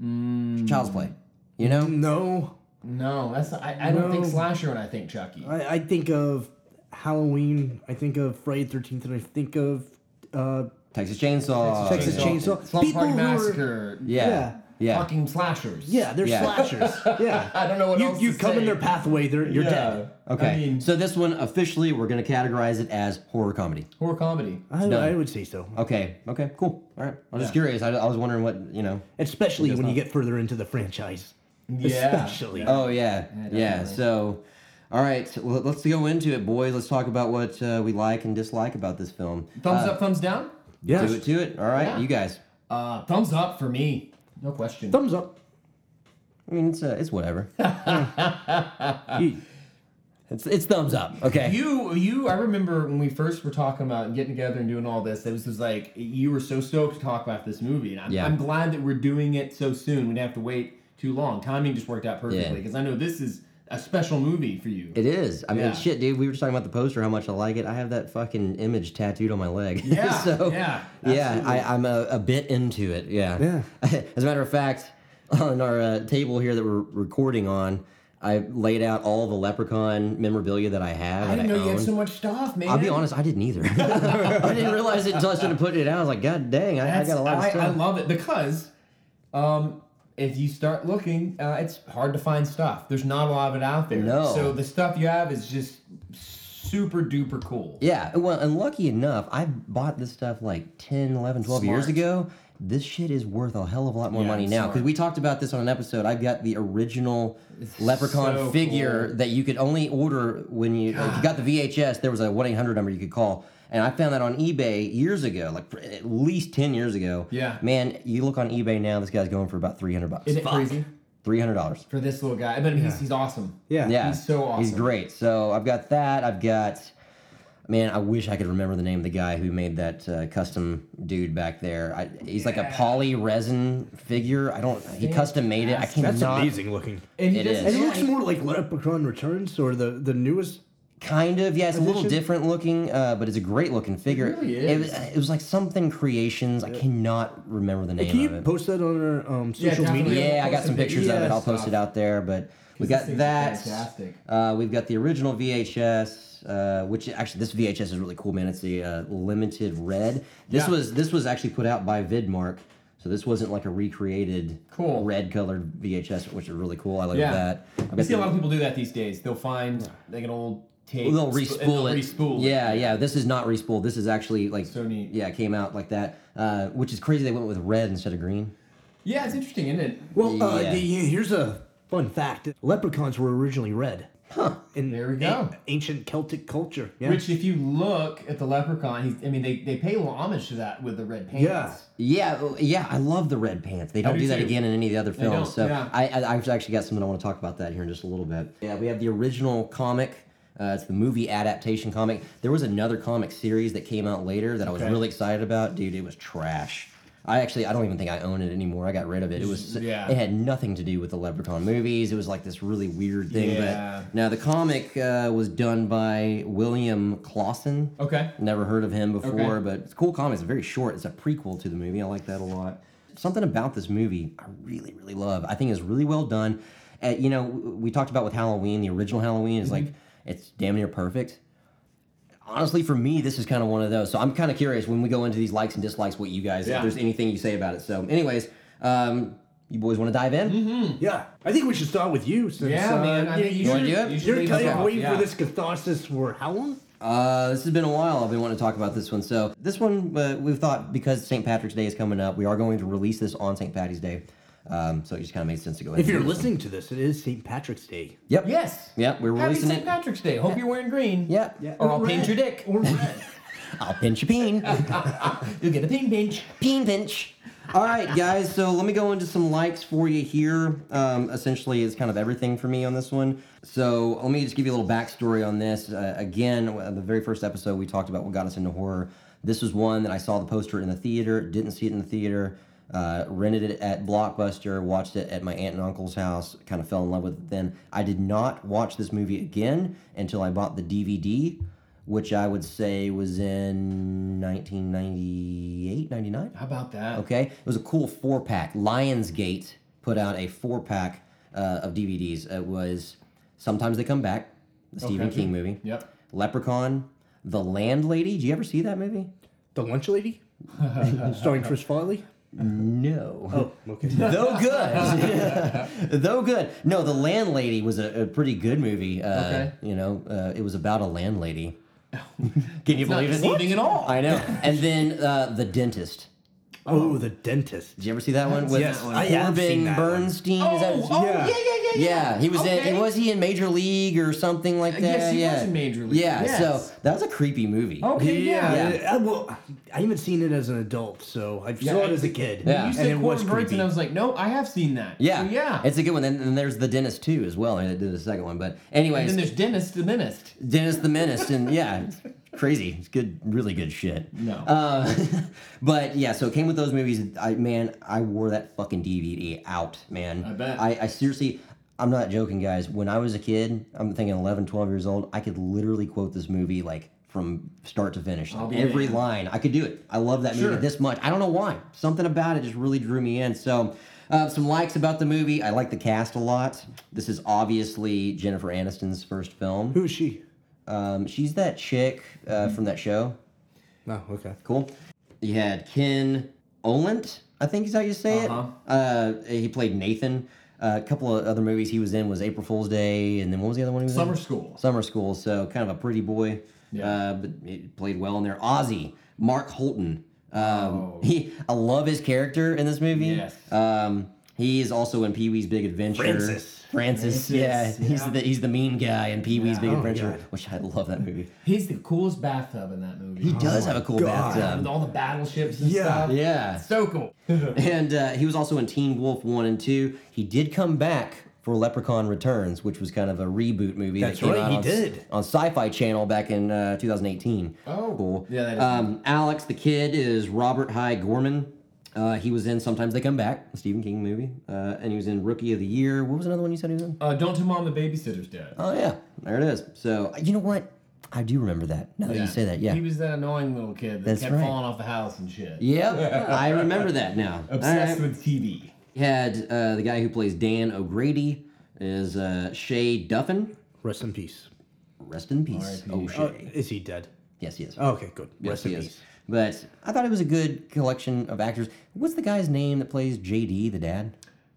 Speaker 2: Child's play. You know.
Speaker 4: Mm. no,
Speaker 5: No, that's not, I, I don't think slasher when I think Chucky.
Speaker 4: I, I think of Halloween. I think of Friday Thirteenth, and I think of uh,
Speaker 2: Texas Chainsaw.
Speaker 4: Texas Chainsaw.
Speaker 5: Slump
Speaker 4: People
Speaker 5: Party
Speaker 4: who are-
Speaker 5: Massacre.
Speaker 2: Yeah. Yeah.
Speaker 5: Fucking slashers.
Speaker 4: yeah, they're
Speaker 2: Yeah.
Speaker 5: [LAUGHS]
Speaker 4: slashers. Yeah,
Speaker 5: I don't know what
Speaker 4: you,
Speaker 5: else
Speaker 4: you
Speaker 5: to
Speaker 4: come
Speaker 5: say.
Speaker 4: in their pathway, they're, you're
Speaker 5: Yeah.
Speaker 4: dead.
Speaker 2: Okay.
Speaker 5: I mean,
Speaker 2: so this one officially, we're gonna categorize it as horror comedy.
Speaker 5: horror comedy.
Speaker 4: I,
Speaker 2: done.
Speaker 4: I would say so.
Speaker 2: Okay. Okay. Cool. All right. I was just curious. I, I was wondering what you know.
Speaker 4: especially when you get further into the franchise. Especially.
Speaker 2: Oh yeah, yeah.
Speaker 5: definitely.
Speaker 2: So, all right, so let- let's go into it, boys. Let's talk about what uh, we like and dislike about this film.
Speaker 5: Thumbs up, thumbs down?
Speaker 4: yes.
Speaker 2: Do it to it. All right,
Speaker 5: Yeah.
Speaker 2: you guys.
Speaker 5: Uh, thumbs up for me. No question.
Speaker 4: Thumbs up.
Speaker 2: I mean, it's uh, it's whatever.
Speaker 5: Ah.
Speaker 4: You-
Speaker 2: It's it's thumbs up. Okay.
Speaker 5: You, you. I remember when we first were talking about and getting together and doing all this. It was just like you were so stoked to talk about this movie, and I'm,
Speaker 2: Yeah.
Speaker 5: I'm glad that we're doing it so soon. We didn't have to wait too long. Timing just worked out perfectly
Speaker 2: Yeah.
Speaker 5: because I know this is a special movie for you.
Speaker 2: It is. I mean,
Speaker 5: Yeah.
Speaker 2: shit, dude. We were just talking about the poster, how much I like it. I have that fucking image tattooed on my leg. [LAUGHS]
Speaker 5: Yeah,
Speaker 2: so,
Speaker 5: yeah,
Speaker 2: yeah. I, I'm a, a bit into it. Yeah.
Speaker 4: Yeah.
Speaker 2: [LAUGHS] As a matter of fact, on our uh, table here that we're recording on, I laid out all the Leprechaun memorabilia that I have.
Speaker 5: I didn't
Speaker 2: and
Speaker 5: know you
Speaker 2: own.
Speaker 5: had so much stuff, man.
Speaker 2: I'll be honest, I didn't either. [LAUGHS] I didn't realize it until I started putting it out. I was like, God dang, I, I
Speaker 5: That's-
Speaker 2: got a lot of
Speaker 5: I,
Speaker 2: stuff.
Speaker 5: I love it because um, if you start looking, uh, it's hard to find stuff. There's not a lot of it out there.
Speaker 2: No.
Speaker 5: So the stuff you have is just super duper cool.
Speaker 2: Yeah, well, and lucky enough, I bought this stuff like 10, 11, 12 years
Speaker 5: Smart.
Speaker 2: ago. This shit is worth a hell of a lot more
Speaker 5: Yeah,
Speaker 2: money
Speaker 5: it's
Speaker 2: now
Speaker 5: smart.
Speaker 2: because we talked about this on an episode. I've got the original leprechaun
Speaker 5: so
Speaker 2: figure
Speaker 5: cool.
Speaker 2: that you could only order when you, if you got the VHS. There was a 1 800 number you could call. And I found that on eBay years ago, like pr- at least 10 years ago.
Speaker 5: Yeah.
Speaker 2: Man, you look on eBay now, this guy's going for about 300 bucks.
Speaker 5: Isn't it crazy
Speaker 2: $300.
Speaker 5: for this little guy? But I mean, he's, he's awesome.
Speaker 4: Yeah.
Speaker 2: Yeah,
Speaker 5: He's so
Speaker 2: He's
Speaker 5: awesome.
Speaker 2: great. So I've got that. I've got, man, I wish I could remember the name of the guy who made that uh, custom dude back there. I, he's like a poly resin figure. I don't. He custom made it. I cannot.
Speaker 4: That's amazing looking.
Speaker 5: And he
Speaker 2: It
Speaker 5: doesn't
Speaker 2: is.
Speaker 4: And it
Speaker 5: like-
Speaker 4: looks more like Leprechaun Returns or the the newest.
Speaker 2: Kind of. Yeah, it's a little
Speaker 4: Edition?
Speaker 2: different looking, uh, but it's a great looking figure.
Speaker 5: really
Speaker 2: It, was,
Speaker 5: is.
Speaker 2: it was like something creations. I cannot remember the name
Speaker 4: Can you
Speaker 2: of it.
Speaker 4: post that on our um,
Speaker 5: Yeah,
Speaker 4: social
Speaker 5: definitely.
Speaker 4: media?
Speaker 2: yeah, I got
Speaker 5: Post
Speaker 2: some
Speaker 5: some
Speaker 2: pictures of it.
Speaker 5: videos
Speaker 2: I'll
Speaker 5: and
Speaker 2: post
Speaker 5: stuff.
Speaker 2: it out there. But we
Speaker 5: 'Cause these
Speaker 2: got
Speaker 5: things are
Speaker 2: that.
Speaker 5: fantastic.
Speaker 2: Uh, we've got the original VHS, uh, which actually this VHS is really cool, man. It's the uh, limited red. This
Speaker 5: Yeah.
Speaker 2: was this was actually put out by Vidmark, so this wasn't like a recreated
Speaker 5: Cool.
Speaker 2: red colored VHS, which is really cool. I like
Speaker 5: Yeah.
Speaker 2: that. I've
Speaker 5: I
Speaker 2: got
Speaker 5: see a
Speaker 2: the-
Speaker 5: lot of people do that these days. They'll find like an old tape.
Speaker 2: They'll
Speaker 5: sp-
Speaker 2: respool
Speaker 5: and they'll
Speaker 2: it.
Speaker 5: Respool it.
Speaker 2: yeah, yeah. This is not respooled. This is actually like
Speaker 5: So neat.
Speaker 2: Yeah, it came out like that, uh, which is crazy. They went with red instead of green.
Speaker 5: Yeah, it's interesting, isn't it?
Speaker 4: Well, Uh,
Speaker 2: Yeah.
Speaker 4: the, here's a fun fact: Leprechauns were originally red. Huh. In
Speaker 5: There we go.
Speaker 4: a- ancient Celtic culture. Yeah.
Speaker 5: Which, if you look at the leprechaun, he's, I mean, they, they pay a little homage to that with the red pants.
Speaker 4: Yeah.
Speaker 2: Yeah, oh, yeah, I love the red pants. They don't
Speaker 5: do
Speaker 2: do, that
Speaker 5: too.
Speaker 2: again in any of the other films.
Speaker 5: don't,
Speaker 2: so
Speaker 5: yeah.
Speaker 2: I, I, I've actually got something I want to talk about that here in just a little bit. Yeah, we have the original comic. Uh, it's the movie adaptation comic. There was another comic series that came out later that I was
Speaker 5: Okay.
Speaker 2: really excited about. Dude, it was trash. I actually I don't even think I own it anymore. I got rid of it. It was
Speaker 5: Yeah.
Speaker 2: it had nothing to do with the Leprechaun movies. It was like this really weird thing.
Speaker 5: Yeah.
Speaker 2: But now the comic uh, was done by William Clausen.
Speaker 5: Okay.
Speaker 2: Never heard of him before,
Speaker 5: Okay.
Speaker 2: but it's a cool comic. It's very short. It's a prequel to the movie. I like that a lot. Something about this movie I really, really love. I think it's really well done. Uh, you know, w- we talked about with Halloween, the original Halloween is
Speaker 5: Mm-hmm.
Speaker 2: like, it's damn near perfect. Honestly, for me, this is kind of one of those. So I'm kind of curious when we go into these likes and dislikes, what you guys,
Speaker 5: Yeah.
Speaker 2: if there's anything you say about it. So, anyways, um, you boys want to dive
Speaker 5: Mm-hmm.
Speaker 2: in?
Speaker 4: yeah. I think we should start with you. Since,
Speaker 5: Yeah,
Speaker 4: uh,
Speaker 5: man. I
Speaker 4: you-
Speaker 5: think you,
Speaker 4: you're-
Speaker 5: should,
Speaker 2: wanna do it?
Speaker 5: you should
Speaker 4: You're
Speaker 5: leave
Speaker 4: kind
Speaker 5: us
Speaker 4: of
Speaker 5: off,
Speaker 4: waiting
Speaker 5: yeah.
Speaker 4: for this catharsis for how long?
Speaker 2: Uh, this has been a while. I've been wanting to talk about this one. So this one, uh, we've thought because St. Patrick's Day is coming up, we are going to release this on St. Patty's Day. Um, so it just kind of made sense to go ahead.
Speaker 4: If
Speaker 2: and
Speaker 4: you're
Speaker 2: do this one.
Speaker 4: listening to this, it is St. Patrick's Day.
Speaker 2: yep,
Speaker 5: Yes.
Speaker 2: yep, we're
Speaker 5: Happy
Speaker 2: releasing
Speaker 5: St.
Speaker 2: it.
Speaker 5: Patrick's Day. Hope you're wearing green.
Speaker 2: Yep,
Speaker 5: Or I'll paint your dick.
Speaker 4: Or red.
Speaker 2: I'll pinch a peen,
Speaker 5: [LAUGHS] You'll get a pink pinch.
Speaker 2: peen pinch. All right, guys. So let me go into some likes for you here. Um, essentially, it's kind of everything for me on this one. So let me just give you a little backstory on this. Uh, again, uh, the very first episode we talked about what got us into horror. This was one that I saw the poster in the theater. Didn't see it in the theater. uh, rented it at Blockbuster, watched it at my aunt and uncle's house, kind of fell in love with it then. I did not watch this movie again until I bought the DVD, which I would say was in 1998, 99.
Speaker 5: How about that?
Speaker 2: Okay, it was a cool four pack. Lionsgate put out a four pack uh, of DVDs. It was Sometimes They Come Back, the Stephen
Speaker 5: Okay.
Speaker 2: King movie.
Speaker 5: Yep.
Speaker 2: Leprechaun, The Landlady. Did you ever see that movie?
Speaker 4: the lunch [LAUGHS] lady? Starring Chris Farley?
Speaker 2: No.
Speaker 4: Oh,
Speaker 2: [LAUGHS]
Speaker 4: okay. [LAUGHS]
Speaker 2: though
Speaker 5: [LAUGHS]
Speaker 2: good, [LAUGHS] though good. No, the landlady was a, a pretty good movie. Uh,
Speaker 5: Okay.
Speaker 2: You know, uh, it was about a
Speaker 5: [LAUGHS]
Speaker 2: landlady. Can you believe it?
Speaker 5: deceiving at all.
Speaker 2: I know.
Speaker 4: [LAUGHS]
Speaker 2: And then uh, the dentist.
Speaker 4: Oh, the dentist.
Speaker 2: Did you ever see that one with
Speaker 4: Yes, I have
Speaker 2: Corbin
Speaker 4: seen that
Speaker 2: Bernstein?
Speaker 5: Oh,
Speaker 2: Is that-
Speaker 5: oh, yeah, yeah, yeah, yeah.
Speaker 2: yeah, he was
Speaker 5: okay. Uh,
Speaker 2: in. Was he in Major League or something like that?
Speaker 5: yes, he
Speaker 2: yeah.
Speaker 5: was in Major League,
Speaker 2: Yeah,
Speaker 5: yes. Oh,
Speaker 2: so that was a creepy movie.
Speaker 5: Okay, yeah.
Speaker 2: Yeah.
Speaker 4: I, I- Uh, well, I haven't seen it as an adult, so I saw it as a kid.
Speaker 2: Yeah.
Speaker 5: You
Speaker 2: And
Speaker 5: said
Speaker 4: it was
Speaker 5: Corbin Burns,
Speaker 4: creepy.
Speaker 5: and I was like, no, I have seen that.
Speaker 2: Yeah,
Speaker 5: So, yeah.
Speaker 2: it's a good one. And, and there's the dentist too, as well. I did the second one, but anyways,
Speaker 5: and then there's Dennis the Menace.
Speaker 2: Dennis the Menace, and yeah, crazy. It's good, really good shit.
Speaker 5: No.
Speaker 2: Uh, [LAUGHS] but yeah, so it came with those movies. I man, I wore that fucking DVD out, man. I
Speaker 5: bet.
Speaker 2: I, I seriously, I'm not joking, guys. When I was a kid, I'm thinking 11, 12 years old, I could literally quote this movie like from start to finish. Like,
Speaker 5: be
Speaker 2: every line, I could do it. I love that
Speaker 5: Sure.
Speaker 2: movie this much. I don't know why. Something about it just really drew me in. So. Uh, some likes about the movie. I like the cast a lot. This is obviously Jennifer Aniston's first film.
Speaker 4: Who is she?
Speaker 2: Um, she's that chick
Speaker 5: Mm-hmm.
Speaker 2: uh, from that show.
Speaker 4: No, Oh, okay.
Speaker 2: Cool. You had Ken Olent, I think is how you say
Speaker 5: Uh-huh.
Speaker 2: it. Uh, he played Nathan. Uh, a couple of other movies he was in was April Fool's Day, and then what was the other one he was
Speaker 5: Summer
Speaker 2: in?
Speaker 5: School.
Speaker 2: Summer School. So kind of a pretty boy,
Speaker 5: Yeah.
Speaker 2: uh, but he played well in there. Ozzy, Mark Holton. Um, he, I love his character in this movie.
Speaker 5: Oh. Yes.
Speaker 2: Um, he is also in Pee Wee's Big Adventure.
Speaker 4: Francis.
Speaker 2: Francis, yeah. He's the he's the mean guy in Pee Wee's Big
Speaker 5: Oh,
Speaker 2: Adventure, which I love that movie. Oh
Speaker 5: He's the coolest bathtub in that movie.
Speaker 2: He does have a cool
Speaker 4: God.
Speaker 2: bathtub.
Speaker 5: With all the battleships and
Speaker 4: Yeah.
Speaker 5: stuff.
Speaker 2: Yeah.
Speaker 5: So cool.
Speaker 2: And uh, he was also in Teen Wolf 1 and 2. He did come back for Leprechaun Returns, which was kind of a reboot movie.
Speaker 4: That's
Speaker 2: that came
Speaker 4: right,
Speaker 2: out
Speaker 4: he
Speaker 2: on,
Speaker 4: did.
Speaker 2: On Sci Fi Channel back in uh, 2018.
Speaker 5: Oh.
Speaker 2: Cool.
Speaker 5: Yeah, that is
Speaker 2: um, Alex the Kid is Robert High Gorman. Uh, he was in Sometimes They Come Back, a Stephen King movie. Uh, and he was in Rookie of the Year. What was another one you said he was in?
Speaker 5: Uh, Don't tell mom the babysitter's dead.
Speaker 2: Oh, yeah. There it is. So, you know what? I do remember that now that Oh, you say that. Yeah.
Speaker 5: He was that annoying little kid that
Speaker 2: That's
Speaker 5: kept
Speaker 2: right.
Speaker 5: falling off the house and shit.
Speaker 2: Yep, I remember that now. All right.
Speaker 5: [LAUGHS] Obsessed with TV.
Speaker 2: He had uh, the guy who plays Dan O'Grady is uh, Shay Duffin.
Speaker 4: Rest in peace.
Speaker 2: Rest in peace, O'Shea.
Speaker 4: Uh,
Speaker 5: Oh.
Speaker 4: is he dead?
Speaker 2: yes, he is.
Speaker 4: Oh, okay, good.
Speaker 2: yes,
Speaker 4: Rest
Speaker 2: he
Speaker 4: in
Speaker 2: is.
Speaker 4: peace.
Speaker 2: But I thought it was a good collection of actors. What's the guy's name that plays JD, the dad?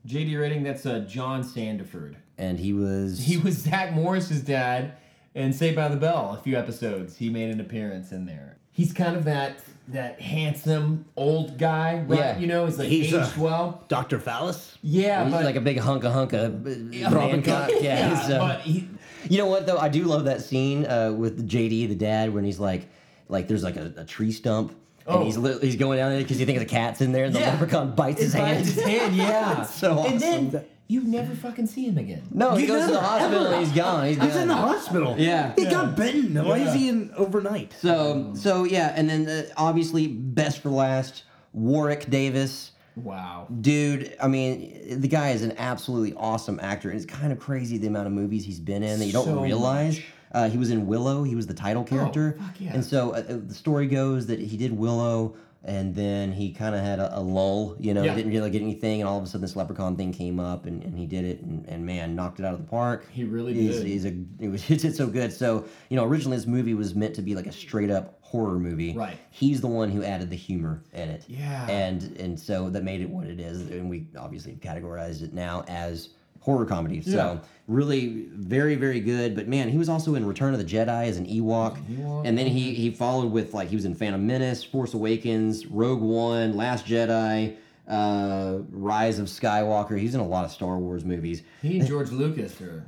Speaker 5: JD rating, that's uh, John Sandiford.
Speaker 2: And he was.
Speaker 5: He was Zach Morris's dad and Saved by the Bell a few episodes. He made an appearance in there. He's kind of that that handsome old guy, right?
Speaker 2: Yeah.
Speaker 5: You know, he's like
Speaker 4: He's,
Speaker 5: aged
Speaker 4: uh,
Speaker 5: well.
Speaker 4: Dr. Phallus?
Speaker 5: Yeah,
Speaker 2: He's
Speaker 5: but
Speaker 2: like a big hunk of hunk of
Speaker 5: [LAUGHS]
Speaker 2: Robin Cook. Yeah,
Speaker 5: yeah,
Speaker 2: so-
Speaker 5: but he,
Speaker 2: You know what though? I do love that scene uh, with JD the dad when he's like, like there's like a, a tree stump. And
Speaker 5: Oh.
Speaker 2: he's li- he's going down there because he thinks the cat's in there, and the
Speaker 5: Yeah.
Speaker 2: leprechaun bites his hand.
Speaker 5: his
Speaker 2: [LAUGHS]
Speaker 5: hand, yeah.
Speaker 2: so awesome.
Speaker 5: and then you never fucking see him again.
Speaker 2: no, he
Speaker 4: You
Speaker 2: goes to the
Speaker 4: never,
Speaker 2: hospital
Speaker 4: ever.
Speaker 2: and he's gone. He's,
Speaker 4: He's
Speaker 2: gone.
Speaker 4: in the hospital.
Speaker 2: Yeah.
Speaker 4: He got bitten. Why is he in overnight?
Speaker 2: So so yeah, and then uh, obviously best for last, Warwick Davis.
Speaker 5: Wow.
Speaker 2: Dude, I mean, the guy is an absolutely awesome actor. It's kind of crazy the amount of movies he's been in that you don't
Speaker 5: So Oh,
Speaker 2: realize. Uh, he was in Willow. He was the title character.
Speaker 5: fuck yeah.
Speaker 2: And so uh, uh, the story goes that he did Willow, and then he kind of had a, a lull. You know,
Speaker 5: Yeah.
Speaker 2: didn't really get anything, and all of a sudden this leprechaun thing came up, and, and he did it, and, and man, knocked it out of the park.
Speaker 5: He really
Speaker 2: He's-
Speaker 5: did.
Speaker 2: He's a it was [LAUGHS] he did so good. So you know, originally this movie was meant to be like a straight up horror movie.
Speaker 5: Right.
Speaker 2: He's the one who added the humor in it
Speaker 5: Yeah.
Speaker 2: and and so that made it what it is and we obviously categorized it now as horror comedy so really very very good but man he was also in return of the jedi as an ewok, and then he he followed with like he was in phantom menace force awakens rogue one last jedi uh rise of skywalker he's in a lot of star wars movies
Speaker 5: He and George Lucas are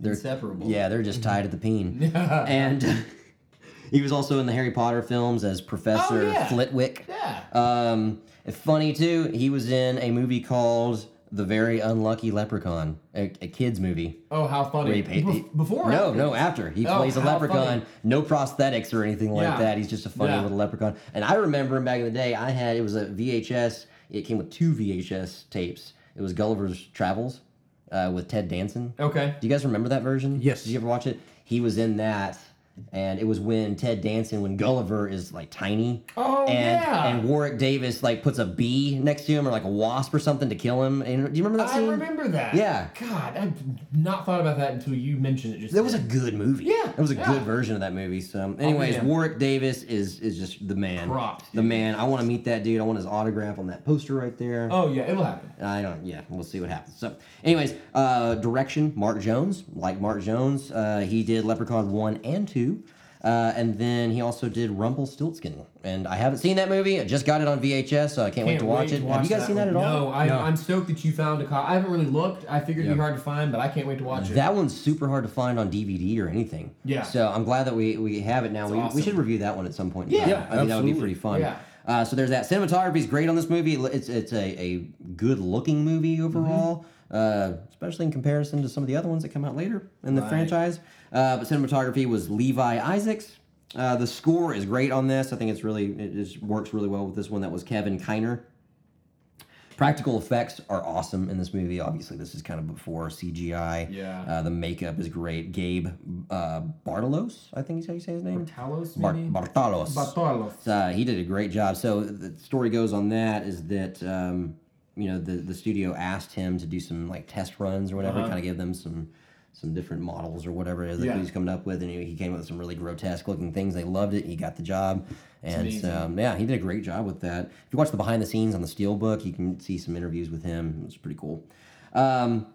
Speaker 2: They're-
Speaker 5: inseparable. [LAUGHS]
Speaker 2: yeah they're just tied at the peen and [LAUGHS] he was also in the harry potter films as professor
Speaker 5: yeah.
Speaker 2: flitwick
Speaker 5: Yeah.
Speaker 2: um, funny too, he was in a movie called The Very Unlucky Leprechaun, a, a kids movie.
Speaker 5: Oh, how funny.
Speaker 2: He paid-
Speaker 5: Bef-
Speaker 2: he-
Speaker 5: before? or
Speaker 2: No,
Speaker 5: after?
Speaker 2: no, after. He
Speaker 5: Oh,
Speaker 2: plays a
Speaker 5: how
Speaker 2: leprechaun,
Speaker 5: funny.
Speaker 2: no prosthetics or anything like
Speaker 5: Yeah.
Speaker 2: that. He's just a funny
Speaker 5: Yeah.
Speaker 2: little leprechaun. And I remember him back in the day, I had, it was a VHS, it came with two VHS tapes. It was Gulliver's Travels uh, with Ted Danson.
Speaker 5: Okay.
Speaker 2: Do you guys remember that version?
Speaker 4: Yes.
Speaker 2: Did you ever watch it? He was in that, and it was when Ted Danson, when Gulliver is like tiny.
Speaker 5: Oh,
Speaker 2: and,
Speaker 5: yeah.
Speaker 2: And Warwick Davis like puts a bee next to him or like a wasp or something to kill him. And, do you remember that
Speaker 5: I
Speaker 2: scene?
Speaker 5: remember that.
Speaker 2: Yeah.
Speaker 5: God, I've not thought about that until you mentioned it. Just
Speaker 2: That was a
Speaker 5: then.
Speaker 2: good movie.
Speaker 5: Yeah,
Speaker 2: That was a
Speaker 5: yeah.
Speaker 2: good version of that movie. So, anyways,
Speaker 5: damned.
Speaker 2: Warwick Davis is is just the man.
Speaker 5: Props,
Speaker 2: the man. I want to meet that dude. I want his autograph on that poster right there.
Speaker 5: Oh yeah, it'll happen.
Speaker 2: I don't. Yeah, we'll see what happens. So, anyways, uh, direction Mark Jones. Like Mark Jones, uh, he did Leprechaun one and two, uh, and then he also did Rumpelstiltskin. And I haven't seen that movie. I just got it on VHS, so I can't, wait to
Speaker 5: Can't
Speaker 2: watch it. Have you guys seen that at
Speaker 5: one.
Speaker 2: all?
Speaker 5: No, I, I'm stoked that you found a copy. I haven't really looked. I figured it'd be hard to find, but I can't wait to watch it.
Speaker 2: That one's super hard to find on DVD or anything.
Speaker 5: Yeah.
Speaker 2: So I'm glad that we, we have it now. We, we
Speaker 5: awesome.
Speaker 2: should review that one at some point. in
Speaker 5: Yeah,
Speaker 2: time.
Speaker 5: yeah,
Speaker 2: I think that would be
Speaker 4: absolutely.
Speaker 2: pretty fun.
Speaker 5: Yeah.
Speaker 2: Uh, so there's that. Cinematography is great on this movie. It- It's it's a, a good looking
Speaker 5: Mm-hmm.
Speaker 2: movie overall, uh, especially in comparison to some of the other ones that come out later in the franchise. Uh, but cinematography was Levi Isaacs. Uh, the score is great on this. I think it's really it just works really well with this one. That was Kevin Kiner. Practical effects are awesome in this movie. Obviously, this is kind of before CGI.
Speaker 5: Yeah.
Speaker 2: Uh, the makeup is great. Gabe uh, Bartolos, I think is how you say his name.
Speaker 5: Talos,
Speaker 2: Bar-
Speaker 5: maybe?
Speaker 2: Bartolos.
Speaker 5: Bartolos.
Speaker 2: Uh, he did a great job. So the story goes on that is that um, you know the the studio asked him to do some like test runs or whatever, kind of give them some some different models or whatever it is that
Speaker 5: Uh-huh. Yeah.
Speaker 2: he's coming up with, and he, he came up with some really grotesque looking things. They loved it. He got the job, and
Speaker 5: amazing.
Speaker 2: um, yeah, he did a great job with that. If you watch the behind the scenes on the Steel Book, you can see some interviews with him. It's pretty cool. Um,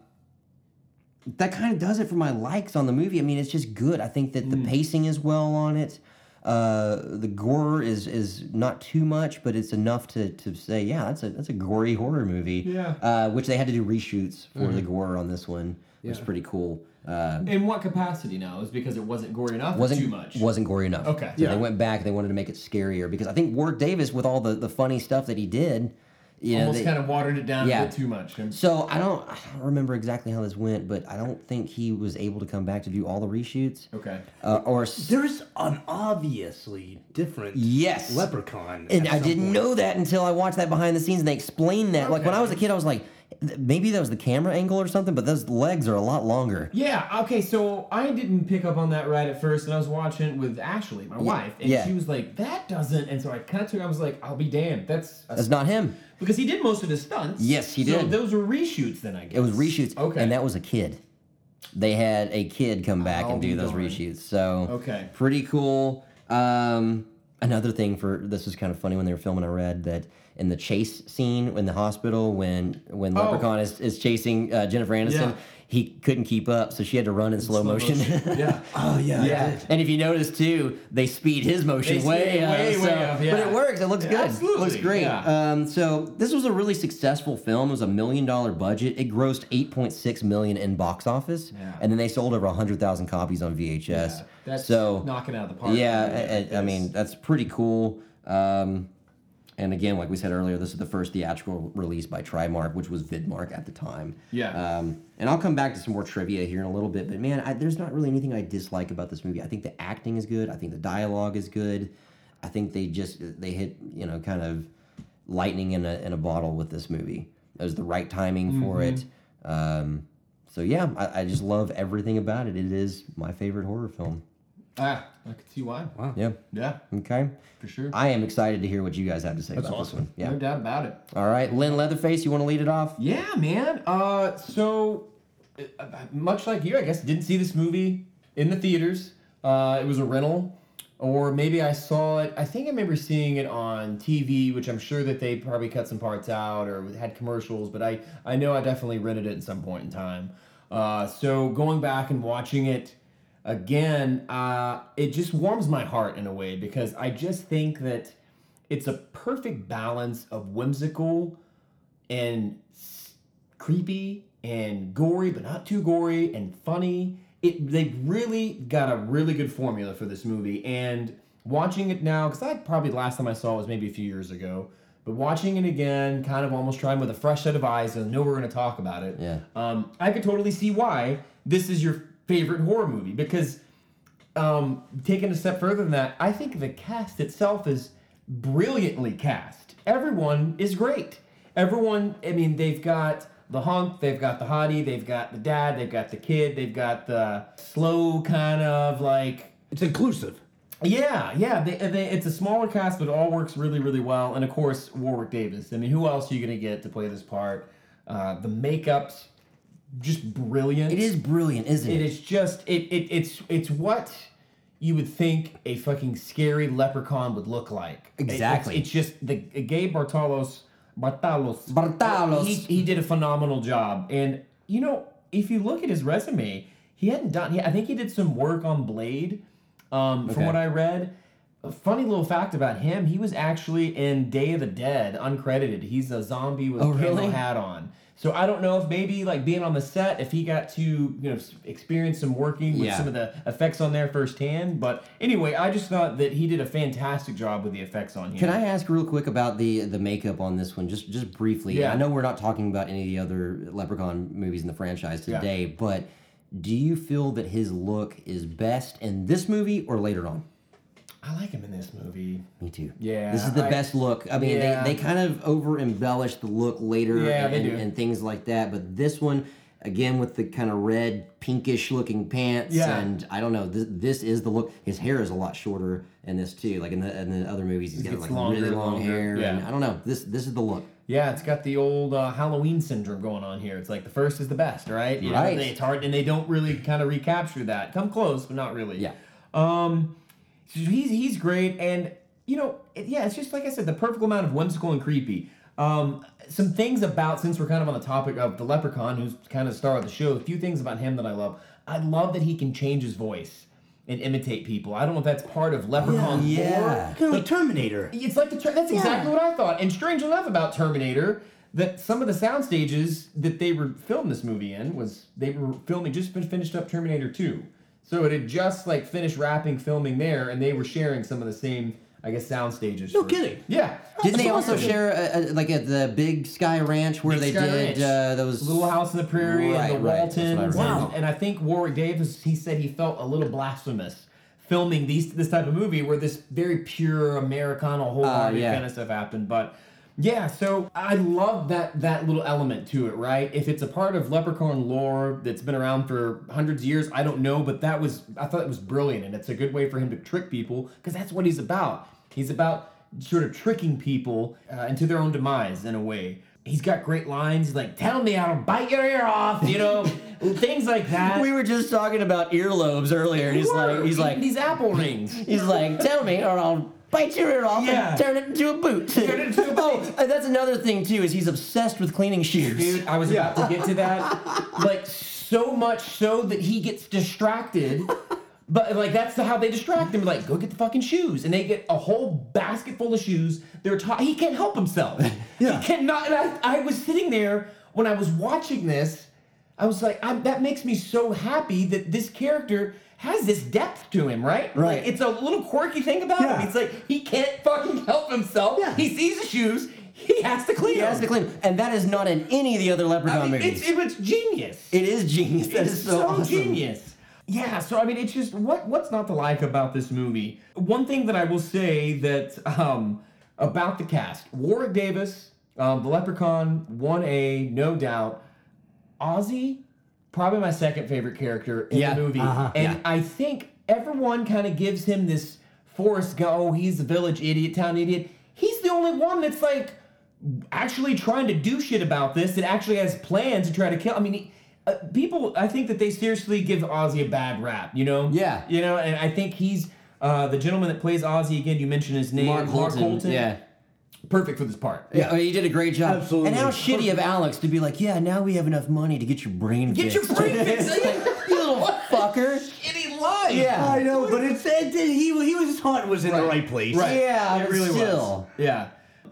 Speaker 2: that kind of does it for my likes on the movie. I mean, it's just good. I think that the
Speaker 5: Hmm.
Speaker 2: pacing is well on it. Uh, the gore is is not too much, but it's enough to, to say, yeah, that's a that's a gory horror movie.
Speaker 5: Yeah. Mm-hmm.
Speaker 2: Uh, which they had to do reshoots for the gore on this one, which is pretty cool. Uh,
Speaker 5: In what capacity now? Is because it wasn't gory enough? or
Speaker 2: wasn't
Speaker 5: too much.
Speaker 2: Wasn't gory enough.
Speaker 5: Okay.
Speaker 2: So
Speaker 5: Yeah.
Speaker 2: they went back. They wanted to make it scarier because I think Ward Davis with all the the funny stuff that he did, you know,
Speaker 5: Almost
Speaker 2: they-
Speaker 5: kind of watered it down
Speaker 2: Yeah.
Speaker 5: a bit too much. And-
Speaker 2: so I don't, I don't remember exactly how this went, but I don't think he was able to come back to do all the reshoots.
Speaker 5: okay.
Speaker 2: Uh, or s-
Speaker 4: There's an obviously different
Speaker 2: yes,
Speaker 4: leprechaun.
Speaker 2: and
Speaker 4: at
Speaker 2: I
Speaker 4: some
Speaker 2: didn't
Speaker 4: point.
Speaker 2: know that until I watched that behind the scenes, and they explained that. Like when I was a kid, I was like, "Th- maybe that was the camera angle or something, but those legs are a lot longer.
Speaker 5: Yeah, okay, so I didn't pick up on that right at first, and I was watching it with Ashley, my wife, and
Speaker 2: yeah.
Speaker 5: she was like, that doesn't. And so I kind of took I was like, I'll be damned. That's. A
Speaker 2: That's not him.
Speaker 5: because he did most of his stunts.
Speaker 2: Yes, he
Speaker 5: So
Speaker 2: did.
Speaker 5: those were reshoots then, I guess.
Speaker 2: It was reshoots,
Speaker 5: Okay.
Speaker 2: and that was a kid. They had a kid come back
Speaker 5: I'll
Speaker 2: and do
Speaker 5: be
Speaker 2: those
Speaker 5: darned.
Speaker 2: reshoots. So
Speaker 5: Okay.
Speaker 2: pretty cool. Um, another thing for this is kind of funny when they were filming. I read that in the chase scene in the hospital when when Leprechaun is, is chasing uh, Jennifer Aniston,
Speaker 5: Yeah.
Speaker 2: he couldn't keep up, so she had to run in slow, motion.
Speaker 5: [LAUGHS]
Speaker 2: [LAUGHS]
Speaker 5: yeah.
Speaker 4: Oh yeah,
Speaker 5: Yeah.
Speaker 2: And if you notice too, they speed his motion
Speaker 5: They
Speaker 2: way,
Speaker 5: speed it
Speaker 2: up,
Speaker 5: way,
Speaker 2: so-
Speaker 5: way up, yeah.
Speaker 2: But it works. It looks
Speaker 5: Yeah,
Speaker 2: good.
Speaker 5: absolutely,
Speaker 2: looks great.
Speaker 5: yeah.
Speaker 2: Um, so this was a really successful film. It was a million dollar budget. It grossed eight point six million in box office,
Speaker 5: Yeah.
Speaker 2: and then they sold over hundred thousand copies on VHS.
Speaker 5: That's
Speaker 2: so
Speaker 5: knocking it out of the park.
Speaker 2: Yeah,
Speaker 5: Yeah,
Speaker 2: I- I, I mean that's pretty cool. Um, and again, like we said earlier, this is the first theatrical release by Trimark, which was Vidmark at the time.
Speaker 5: Yeah.
Speaker 2: Um, and I'll come back to some more trivia here in a little bit, but man, I, there's not really anything I dislike about this movie. I think the acting is good. I think the dialogue is good. I think they just they hit you know kind of lightning in a in a bottle with this movie. It was the right timing for it. Um, so yeah, I, I just love everything about it. It is my favorite horror film.
Speaker 5: Ah, I could see why.
Speaker 2: Yeah.
Speaker 5: Yeah,
Speaker 2: Okay.
Speaker 5: for sure.
Speaker 2: I am excited to hear what you guys have to say about this one.
Speaker 5: No
Speaker 2: Yeah.
Speaker 5: doubt about it.
Speaker 2: All right, Lynn Leatherface, you want to lead it off?
Speaker 5: Yeah, man. Uh, so uh, uh, much like you, I guess didn't see this movie in the theaters. Uh, it was a rental, or maybe I saw it. I think I remember seeing it on TV, which I'm sure that they probably cut some parts out or had commercials. But I I know I definitely rented it at some point in time. Uh, so going back and watching it again, uh, it just warms my heart in a way because I just think that it's a perfect balance of whimsical and s- creepy and gory, but not too gory and funny. It they really got a really good formula for this movie, and watching it now because I probably last time I saw it was maybe a few years ago, but watching it again, kind of almost trying with a fresh set of eyes and know we're going to talk about it.
Speaker 2: Yeah.
Speaker 5: um, I could totally see why this is your favorite horror movie because um, taken a step further than that, I think the cast itself is brilliantly cast. Everyone is great. Everyone, I mean, they've got the hunk, they've got the hottie, they've got the dad, they've got the kid, they've got the slow kind of like
Speaker 4: it's inclusive.
Speaker 5: yeah, yeah. They, they, it's a smaller cast, but it all works really, really well. And of course, Warwick Davis. I mean, who else are you going to get to play this part? Uh, the makeup's just brilliant.
Speaker 2: It is brilliant, isn't it?
Speaker 5: It is just it, it it's it's what you would think a fucking scary leprechaun would look like. It- it's-
Speaker 2: Exactly.
Speaker 5: It's, just the Gabe Bartolos Bartalos
Speaker 2: Bartalos.
Speaker 5: He, he did a phenomenal job, and you know if you look at his resume, he hadn't done. He, I think he did some work on Blade. Um, From
Speaker 2: Okay.
Speaker 5: what I read. A funny little fact about him, he was actually in Day of the Dead, uncredited. He's a zombie with
Speaker 2: Oh,
Speaker 5: a camo
Speaker 2: really?
Speaker 5: hat on. So I don't know if maybe like being on the set, if he got to you know s- experience some working with
Speaker 2: Yeah.
Speaker 5: some of the effects on there firsthand. But anyway, I just thought that he did a fantastic job with the effects on him.
Speaker 2: Can I ask real quick about the the makeup on this one, just just briefly?
Speaker 5: Yeah.
Speaker 2: I know we're not talking about any of the other Leprechaun movies in the franchise
Speaker 5: Yeah.
Speaker 2: today, but do you feel that his look is best in this movie or later on?
Speaker 5: I like him in this movie.
Speaker 2: Me too.
Speaker 5: Yeah,
Speaker 2: This is the
Speaker 5: I-
Speaker 2: best look. I mean,
Speaker 5: Yeah.
Speaker 2: they, they kind of over embellish the look later
Speaker 5: Yeah,
Speaker 2: and,
Speaker 5: they do.
Speaker 2: and things like that. But this one, again, with the kind of red, pinkish looking pants.
Speaker 5: Yeah.
Speaker 2: And I don't know, this, this is the look. His hair is a lot shorter in this, too. Like in the, in the other movies, he's got
Speaker 5: gets
Speaker 2: like
Speaker 5: longer
Speaker 2: really
Speaker 5: and
Speaker 2: long
Speaker 5: longer.
Speaker 2: hair. And
Speaker 5: Yeah.
Speaker 2: I don't know. This this is the look.
Speaker 5: Yeah, it's got the old uh, Halloween syndrome going on here. It's like the first is the best, right? You know,
Speaker 2: Right.
Speaker 5: they- it's hard, and they don't really kind of recapture that. Come close, but not really.
Speaker 2: Yeah.
Speaker 5: Um, so he's he's great, and you know, it, yeah, it's just like I said, the perfect amount of whimsical and creepy. Um, some things about since we're kind of on the topic of the Leprechaun, who's kind of the star of the show. A few things about him that I love. I love that he can change his voice and imitate people. I don't know if that's part of Leprechaun lore.
Speaker 2: Oh, Yeah.
Speaker 4: Kind of like Terminator.
Speaker 5: It's like the ter- that's exactly what I thought. And strange enough about Terminator, that some of the sound stages that they were filmed this movie in was they were filming just fin- finished up Terminator Two, so it had just like finished wrapping filming there, and they were sharing some of the same I guess sound stages.
Speaker 4: No
Speaker 5: for-
Speaker 4: kidding.
Speaker 5: Yeah.
Speaker 2: Didn't they also share, uh, uh, like at the Big Sky Ranch, where they
Speaker 5: Big Sky
Speaker 2: did
Speaker 5: Ranch.
Speaker 2: uh, those.
Speaker 5: Little House on the Prairie
Speaker 2: Right,
Speaker 5: and the
Speaker 2: right, that's what I
Speaker 5: Waltons.
Speaker 2: remember.
Speaker 5: And, and I think Warwick Davis, he said he felt a little blasphemous filming these this type of movie where this very pure Americana wholehearted
Speaker 2: Ah, yeah.
Speaker 5: kind of stuff happened. But yeah, so I love that that little element to it, right? If it's a part of Leprechaun lore that's been around for hundreds of years, I don't know, but that was I thought it was brilliant, and it's a good way for him to trick people because that's what he's about. He's about sort of tricking people uh, into their own demise in a way. He's got great lines like "Tell me, I'll bite your ear off," you [LAUGHS] know, things like that.
Speaker 2: We were just talking about earlobes earlier. and He's like, he's like,
Speaker 5: these apple rings.
Speaker 2: He's like, tell me, or I'll bite your ear off
Speaker 5: Yeah.
Speaker 2: and turn it into a boot.
Speaker 5: Turn it into a
Speaker 2: [LAUGHS] oh, and that's another thing too. Is he's obsessed with cleaning shoes.
Speaker 5: Dude, I was about to get to that. Like so much so that he gets distracted. But like that's how they distract him. Like, go get the fucking shoes, and they get a whole basket full of shoes. They're taught he can't help himself.
Speaker 4: Yeah.
Speaker 5: He cannot. And I, I was sitting there when I was watching this. I was like, i that makes me so happy that this character has this depth to him, right?
Speaker 2: Right.
Speaker 5: Like, it's a little quirky thing about
Speaker 4: Yeah.
Speaker 5: him. It's like he can't fucking help himself.
Speaker 4: Yeah.
Speaker 5: He sees the shoes. He has to clean.
Speaker 2: He has to
Speaker 5: them.
Speaker 2: clean, and that is not in any of the other Leprechaun
Speaker 5: I mean,
Speaker 2: movies.
Speaker 5: it's, it was genius.
Speaker 2: it is genius. That is
Speaker 5: It's
Speaker 2: so, awesome.
Speaker 5: genius. Yeah, so I mean, it's just what what's not to like about this movie. One thing that I will say that um, about the cast: Warwick Davis, um, the Leprechaun, one A, no doubt. Ozzy, probably my second favorite character in
Speaker 2: Yeah,
Speaker 5: the movie, and I think everyone kind of gives him this Forrest go. "Oh, He's a village idiot, town idiot. He's the only one that's like actually trying to do shit about this and actually has plans to try to kill. I mean, he, uh, people, I think that they seriously give Ozzy a bad rap, you know?
Speaker 2: Yeah.
Speaker 5: You know, and I think he's uh, the gentleman that plays Ozzy again. You mentioned his name,
Speaker 2: Mark Holton, yeah.
Speaker 5: Perfect for this part.
Speaker 2: Yeah, I mean, he did a great job.
Speaker 4: Absolutely.
Speaker 2: And how shitty of Alex to be like, yeah, now we have enough money to get your brain
Speaker 5: Get your
Speaker 2: fixed."
Speaker 5: brain
Speaker 2: [LAUGHS]
Speaker 5: fixed.
Speaker 2: It's like, you little fucker.
Speaker 5: Any lie.
Speaker 2: Yeah.
Speaker 4: I know, but it's it, it- he he was his heart was in the right place.
Speaker 5: Right.
Speaker 2: Yeah,
Speaker 5: it
Speaker 2: but
Speaker 5: really was.
Speaker 2: still.
Speaker 5: Yeah,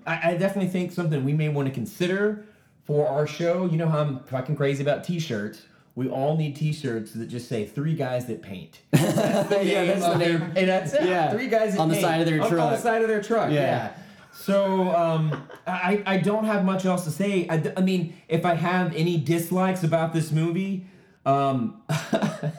Speaker 5: I, I definitely think something we may want to consider for our show. You know how I'm fucking crazy about t-shirts. We all need t-shirts that just say three guys that paint. That's the name
Speaker 2: that's the
Speaker 5: of their-
Speaker 2: name.
Speaker 5: And that's it.
Speaker 2: Yeah.
Speaker 5: Three guys that
Speaker 2: On the
Speaker 5: paint.
Speaker 2: side of their
Speaker 5: On- On the
Speaker 2: truck.
Speaker 5: side of their truck. Yeah.
Speaker 2: Yeah.
Speaker 5: So um, I I don't have much else to say. I, d- I mean, if I have any dislikes about this movie. Um, [LAUGHS]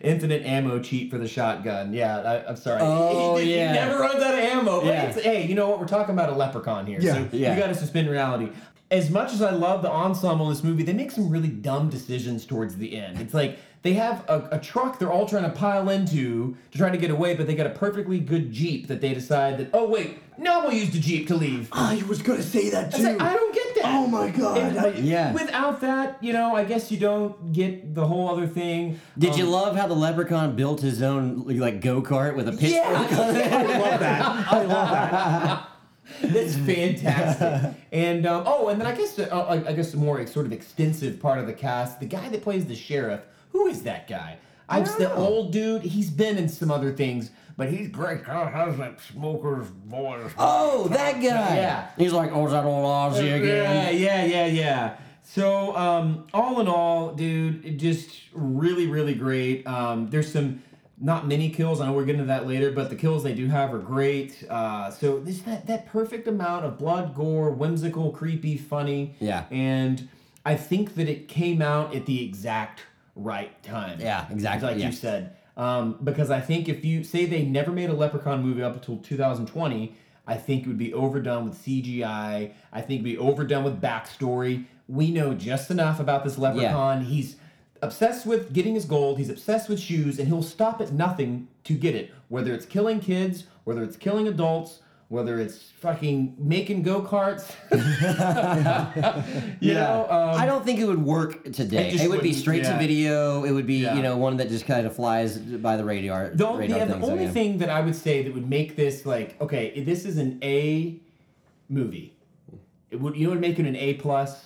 Speaker 5: infinite ammo cheat for the shotgun. Yeah, I, I'm sorry.
Speaker 2: Oh,
Speaker 5: He
Speaker 2: yeah.
Speaker 5: never runs out of ammo. But
Speaker 2: Yeah.
Speaker 5: it's- hey, you know what? We're talking about a leprechaun here. so
Speaker 2: yeah.
Speaker 5: you got to suspend reality. As much as I love the ensemble in this movie, they make some really dumb decisions towards the end. It's like they have a, a truck they're all trying to pile into to try to get away, but they got a perfectly good Jeep that they decide that, oh, wait, no, we'll use the Jeep to leave.
Speaker 4: I Ah, was gonna say that
Speaker 5: I
Speaker 4: too.
Speaker 5: was like, I don't get that.
Speaker 4: Oh my God,
Speaker 5: And,
Speaker 4: I-
Speaker 2: yeah.
Speaker 5: Without that, you know, I guess you don't get the whole other thing.
Speaker 2: Did you love how the leprechaun built his own like go kart with a pitchfork? [LAUGHS]
Speaker 4: I love that. I love that.
Speaker 5: That's fantastic. and um, oh, and then I guess uh, I I guess the more sort of extensive part of the cast, the guy that plays the sheriff. Who is that guy? I just the old dude. He's been in some other things, but he's great.
Speaker 6: How has that smoker's voice?
Speaker 2: Oh, that guy.
Speaker 5: Yeah.
Speaker 2: He's like, oh, is that old Ozzy
Speaker 5: Yeah,
Speaker 2: again?
Speaker 5: yeah, yeah, yeah. So, um, all in all, dude, it just really, really great. Um, there's some not many kills. I know we're getting to that later, but the kills they do have are great. Uh, so there's that that perfect amount of blood, gore, whimsical, creepy, funny.
Speaker 2: Yeah.
Speaker 5: And I think that it came out at the exact right time.
Speaker 2: Yeah, exactly,
Speaker 5: Like
Speaker 2: yeah.
Speaker 5: you said. Um, because I think if you say they never made a Leprechaun movie up until 2020, I think it would be overdone with CGI. I think it'd be overdone with backstory. We know just enough about this Leprechaun. He's obsessed with getting his gold. He's obsessed with shoes, and he'll stop at nothing to get it. Whether it's killing kids, whether it's killing adults, whether it's fucking making go karts. [LAUGHS] you know, um,
Speaker 2: I don't think it would work today.
Speaker 5: It
Speaker 2: It,
Speaker 5: just
Speaker 2: would be
Speaker 5: wouldn't,
Speaker 2: straight to
Speaker 5: yeah.
Speaker 2: video. It would be
Speaker 5: Yeah.
Speaker 2: you know one that just kind of flies by the radar.
Speaker 5: The, only-
Speaker 2: radar
Speaker 5: yeah, the
Speaker 2: thing, so,
Speaker 5: only
Speaker 2: yeah.
Speaker 5: thing that I would say that would make this like okay, this is an A movie. It would you would make it an A plus?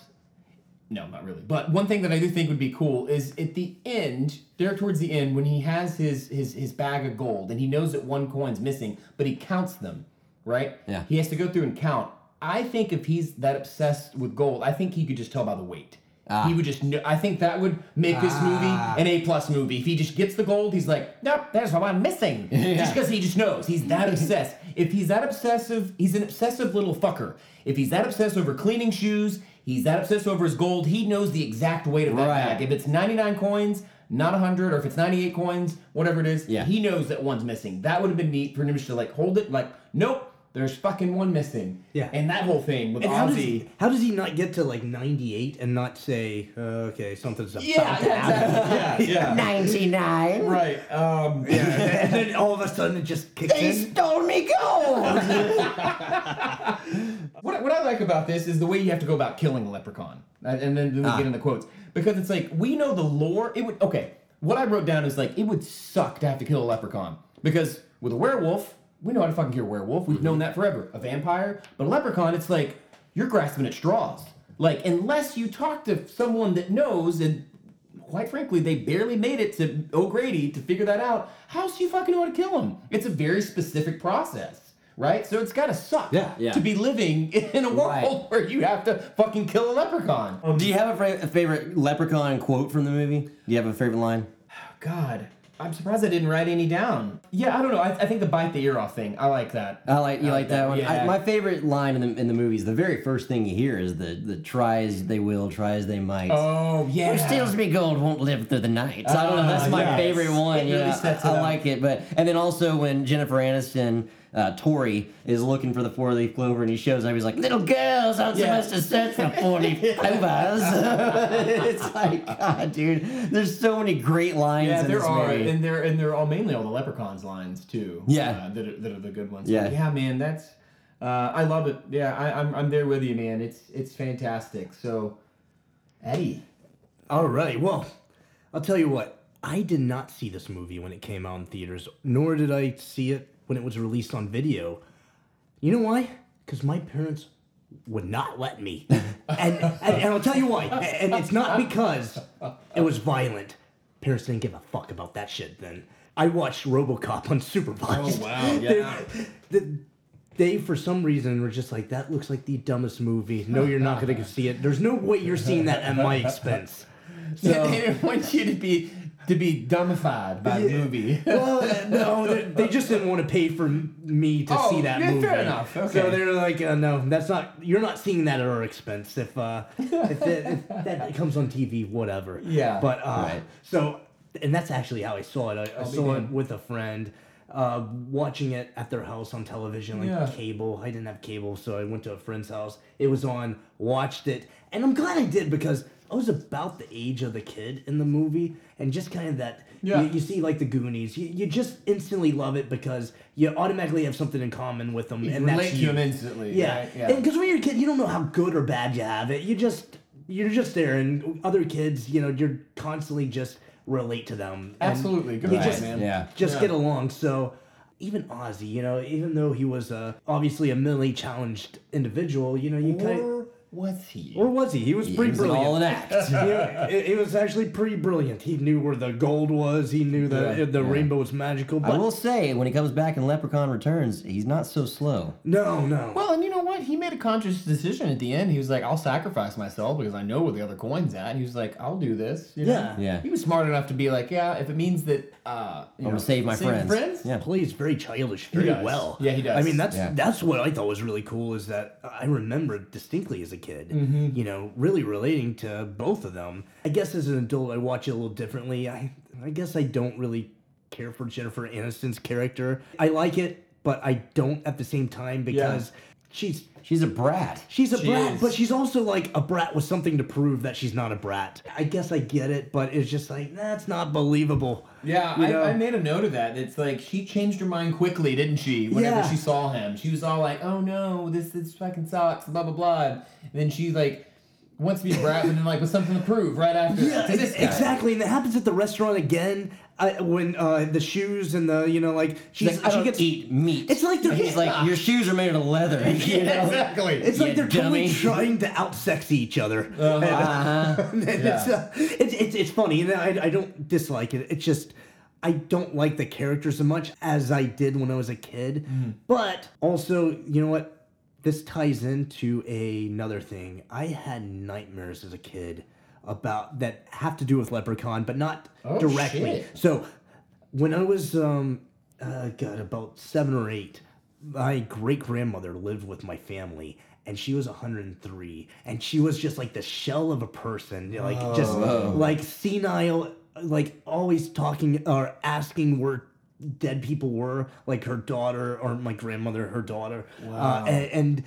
Speaker 5: No, not really. But one thing that I do think would be cool is at the end, there towards the end, when he has his his his bag of gold and he knows that one coin's missing, but he counts them, right?
Speaker 2: Yeah.
Speaker 5: He has to go through and count. I think if he's that obsessed with gold, I think he could just tell by the weight. He would just. Know, I think that would make this movie an A plus movie. If he just gets the gold, he's like, nope, there's what I'm missing. Just because he just knows he's that obsessed. If he's that obsessive, he's an obsessive little fucker. If he's that obsessed over cleaning shoes, he's that obsessed over his gold. He knows the exact weight of that
Speaker 2: Right.
Speaker 5: bag. If it's 99 coins, not 100, or if it's 98 coins, whatever it is,
Speaker 2: Yeah.
Speaker 5: he knows that one's missing. That would have been neat for him just to like hold it, like, nope, there's fucking one missing.
Speaker 4: Yeah.
Speaker 5: And that whole thing with
Speaker 4: And how does,
Speaker 5: Ozzy.
Speaker 4: he, how does he not get to like 98 and not say, uh, okay, something's up?
Speaker 5: Yeah, yeah, exactly. yeah, yeah.
Speaker 2: 99.
Speaker 5: Right. Um,
Speaker 4: [LAUGHS] and then all of a sudden it just kicks
Speaker 2: He
Speaker 4: in.
Speaker 2: stole me gold.
Speaker 5: What, what I like about this is the way you have to go about killing a leprechaun, Uh, and and then, then we get into quotes because it's like we know the lore. It would okay. What I wrote down is like it would suck to have to kill a leprechaun because with a werewolf, we know how to fucking kill a werewolf. We've known that forever. A vampire, but a leprechaun, it's like you're grasping at straws. Like unless you talk to someone that knows and. Quite frankly, they barely made it to O'Grady to figure that out. How else do you fucking know how to kill him? It's a very specific process, right? So it's gotta suck
Speaker 4: Yeah,
Speaker 2: yeah.
Speaker 5: to be living [LAUGHS] in a world
Speaker 2: Right.
Speaker 5: where you have to fucking kill a leprechaun.
Speaker 2: Do you have a, fra- a favorite leprechaun quote from the movie? Do you have a favorite line?
Speaker 5: God, I'm surprised I didn't write any down. Yeah, I don't know. I, I think the bite the ear off thing. I like Uh, that.
Speaker 2: I like you like that, one. I,
Speaker 5: Yeah.
Speaker 2: my favorite line in the in the movie is the very first thing you hear is the the try as they will, try as they might.
Speaker 5: oh yeah.
Speaker 2: Who steals me gold won't live through the night. So I don't know. That's my
Speaker 5: yes.
Speaker 2: favorite one.
Speaker 5: It really
Speaker 2: yeah,
Speaker 5: sets
Speaker 2: I,
Speaker 5: it
Speaker 2: I
Speaker 5: up.
Speaker 2: like it. But and then also when Jennifer Aniston, uh, Tori is looking for the four leaf clover, and he shows up. He's like, "Little girls aren't
Speaker 5: Yeah.
Speaker 2: supposed to search for four leaf clovers." [LAUGHS] it's like, God, dude, there's so many great lines
Speaker 5: yeah,
Speaker 2: in
Speaker 5: there
Speaker 2: this
Speaker 5: are,
Speaker 2: movie.
Speaker 5: and they're and they're all mainly all the leprechauns lines too.
Speaker 2: Yeah.
Speaker 5: uh, that, are, that are the good ones.
Speaker 2: Yeah.
Speaker 5: yeah, man, that's uh, I love it. Yeah, I, I'm I'm there with you, man. It's it's fantastic. So, Eddie,
Speaker 4: All right. Well, I'll tell you what. I did not see this movie when it came out in theaters, nor did I see it when it was released on video. You know why? Because my parents would not let
Speaker 5: [LAUGHS]
Speaker 4: me. and, and, and I'll tell you why. And it's not because it was violent. Parents didn't give a fuck about that shit then. I watched Robocop unsupervised.
Speaker 5: Oh, [LAUGHS] wow, yeah.
Speaker 4: They, they, for some reason, were just like, that looks like the dumbest movie. No, you're not going to see it. There's no way you're seeing that at
Speaker 5: [LAUGHS]
Speaker 4: my expense.
Speaker 5: they didn't want you to be to be dumbified by the movie.
Speaker 4: [LAUGHS]
Speaker 5: [LAUGHS]
Speaker 4: Well, uh, no, they, they just didn't want to pay for m- me to
Speaker 5: Oh,
Speaker 4: see that
Speaker 5: yeah, fair
Speaker 4: movie.
Speaker 5: enough,
Speaker 4: So
Speaker 5: okay.
Speaker 4: they're like, uh, no, that's not. You're not seeing that at our expense. If uh, if, that, if that comes on TV, whatever.
Speaker 5: [LAUGHS] Yeah,
Speaker 4: But uh,
Speaker 2: right.
Speaker 4: so, and that's actually how I saw it. I, I saw it with a friend. Uh, watching it at their house on television, like
Speaker 5: Yeah.
Speaker 4: cable. I didn't have cable, so I went to a friend's house. It was on, watched it, and I'm glad I did because I was about the age of the kid in the movie, and just kind of that
Speaker 5: Yeah.
Speaker 4: you, you see like the Goonies. You, you just instantly love it because you automatically have something in common with them, and
Speaker 5: relate
Speaker 4: that's
Speaker 5: to
Speaker 4: you.
Speaker 5: him instantly.
Speaker 4: yeah,
Speaker 5: right?
Speaker 4: because when you're a kid, you don't know how good or bad you have it. You just you're just there, and other kids, you know, you're constantly just relate to them. and
Speaker 5: Absolutely, good
Speaker 4: you
Speaker 5: point,
Speaker 4: just-
Speaker 5: man.
Speaker 2: yeah.
Speaker 4: just
Speaker 5: Yeah.
Speaker 4: get along. So even Ozzy, you know, even though he was uh, obviously a mentally challenged individual, you know, you kind of
Speaker 5: Or was he?
Speaker 4: or was he? He was pretty
Speaker 2: It was
Speaker 4: brilliant
Speaker 2: all an act.
Speaker 4: [LAUGHS] yeah, it, it was actually pretty brilliant. He knew where the gold was. He knew that
Speaker 5: Yeah,
Speaker 4: the rainbow was magical. But
Speaker 2: I will say, when he comes back in Leprechaun Returns, he's not so slow.
Speaker 4: no, no.
Speaker 5: Well, and you know what? He made a conscious decision at the end. He was like, "I'll sacrifice myself because I know where the other coin's at." And he was like, "I'll do this." you know?
Speaker 4: Yeah.
Speaker 2: Yeah.
Speaker 5: He was smart enough to be like, "Yeah, if it means that uh, you
Speaker 2: I'm gonna save my friends.
Speaker 5: Yeah.
Speaker 2: Yeah.
Speaker 4: plays very childish very
Speaker 5: does.
Speaker 4: well.
Speaker 5: Yeah, he does.
Speaker 4: I mean, that's
Speaker 2: Yeah.
Speaker 4: that's what I thought was really cool is that I remember distinctly as a kid,
Speaker 5: Mm-hmm.
Speaker 4: you know, really relating to both of them. I guess as an adult, I watch it a little differently. I I guess I don't really care for Jennifer Aniston's character. I like it, but I don't at the same time because she's
Speaker 2: She's a brat.
Speaker 4: she's a brat,
Speaker 5: is.
Speaker 4: but she's also like a brat with something to prove that she's not a brat. I guess I get it, but it's just like that's not believable.
Speaker 5: Yeah,
Speaker 4: You
Speaker 5: I,
Speaker 4: know?
Speaker 5: I made a note of that. It's like she changed her mind quickly, didn't she? Whenever
Speaker 4: Yeah.
Speaker 5: she saw him, she was all like, "Oh no, this this fucking sucks," blah blah blah. And then she like wants to be a brat, and then like with something to prove right after.
Speaker 4: Yeah,
Speaker 5: to this
Speaker 4: ex-
Speaker 5: guy.
Speaker 4: exactly, and that happens at the restaurant again. I, when uh, the shoes and the you know like she's,
Speaker 2: She's like, I
Speaker 4: she
Speaker 2: don't
Speaker 4: gets
Speaker 2: eat meat.
Speaker 4: It's like they're-
Speaker 2: he's [LAUGHS] like your shoes are made of leather. [LAUGHS] You know?
Speaker 5: Exactly.
Speaker 4: It's like
Speaker 2: You
Speaker 4: they're
Speaker 2: dummy.
Speaker 4: totally trying to outsex each other. And- [LAUGHS] and
Speaker 2: Uh-huh.
Speaker 4: it's, uh, it's, it's, it's funny, and I, I don't dislike it. It's just I don't like the characters as much as I did when I was a kid. But also, you know what? This ties into another thing. I had nightmares as a kid about that have to do with Leprechaun, but not directly.
Speaker 5: shit.
Speaker 4: So when I was um uh, God about seven or eight, my great grandmother lived with my family, and she was 103, and she was just like the shell of a person, like just like senile, like always talking or asking where dead people were, like her daughter or my grandmother, her daughter, wow. uh, and. and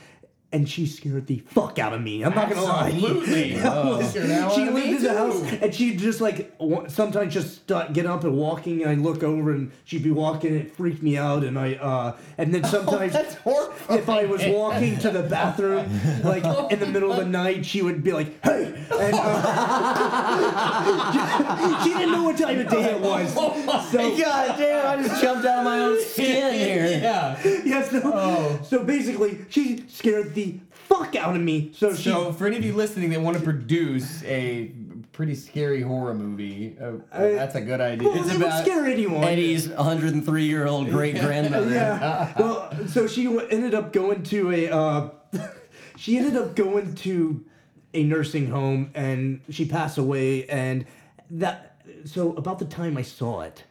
Speaker 4: and she scared the fuck out of me. I'm not gonna lie. [LAUGHS]
Speaker 5: Absolutely. Whoa. Scared the hell
Speaker 4: she
Speaker 5: out of me
Speaker 4: lived in the
Speaker 5: too.
Speaker 4: house
Speaker 2: Oh.
Speaker 4: and she'd just like wa- sometimes just start, get up and walking and I'd look over and she'd be walking and it freaked me out and I uh
Speaker 2: [LAUGHS]
Speaker 4: and
Speaker 2: Oh,
Speaker 4: then sometimes
Speaker 5: that's horrifying.
Speaker 4: if I was walking to the bathroom
Speaker 2: [LAUGHS]
Speaker 4: like in the middle of the night she would be like hey and uh, [LAUGHS] she didn't know what time of day it was so
Speaker 2: Oh God damn! I just jumped out of my
Speaker 4: [LAUGHS]
Speaker 2: own Oh. skin here.
Speaker 5: Yeah.
Speaker 4: yes so, so basically she scared the fuck out of me so she
Speaker 5: So for any of you listening that want to produce a pretty scary horror movie, uh, that's a good idea.
Speaker 4: well, it would scare anyone
Speaker 2: Eddie's 103 year old great grandmother.
Speaker 4: yeah. Well, so she w- ended up going to a. Uh, [LAUGHS] she ended up going to a nursing home, and she passed away. And that. So about the time I saw it,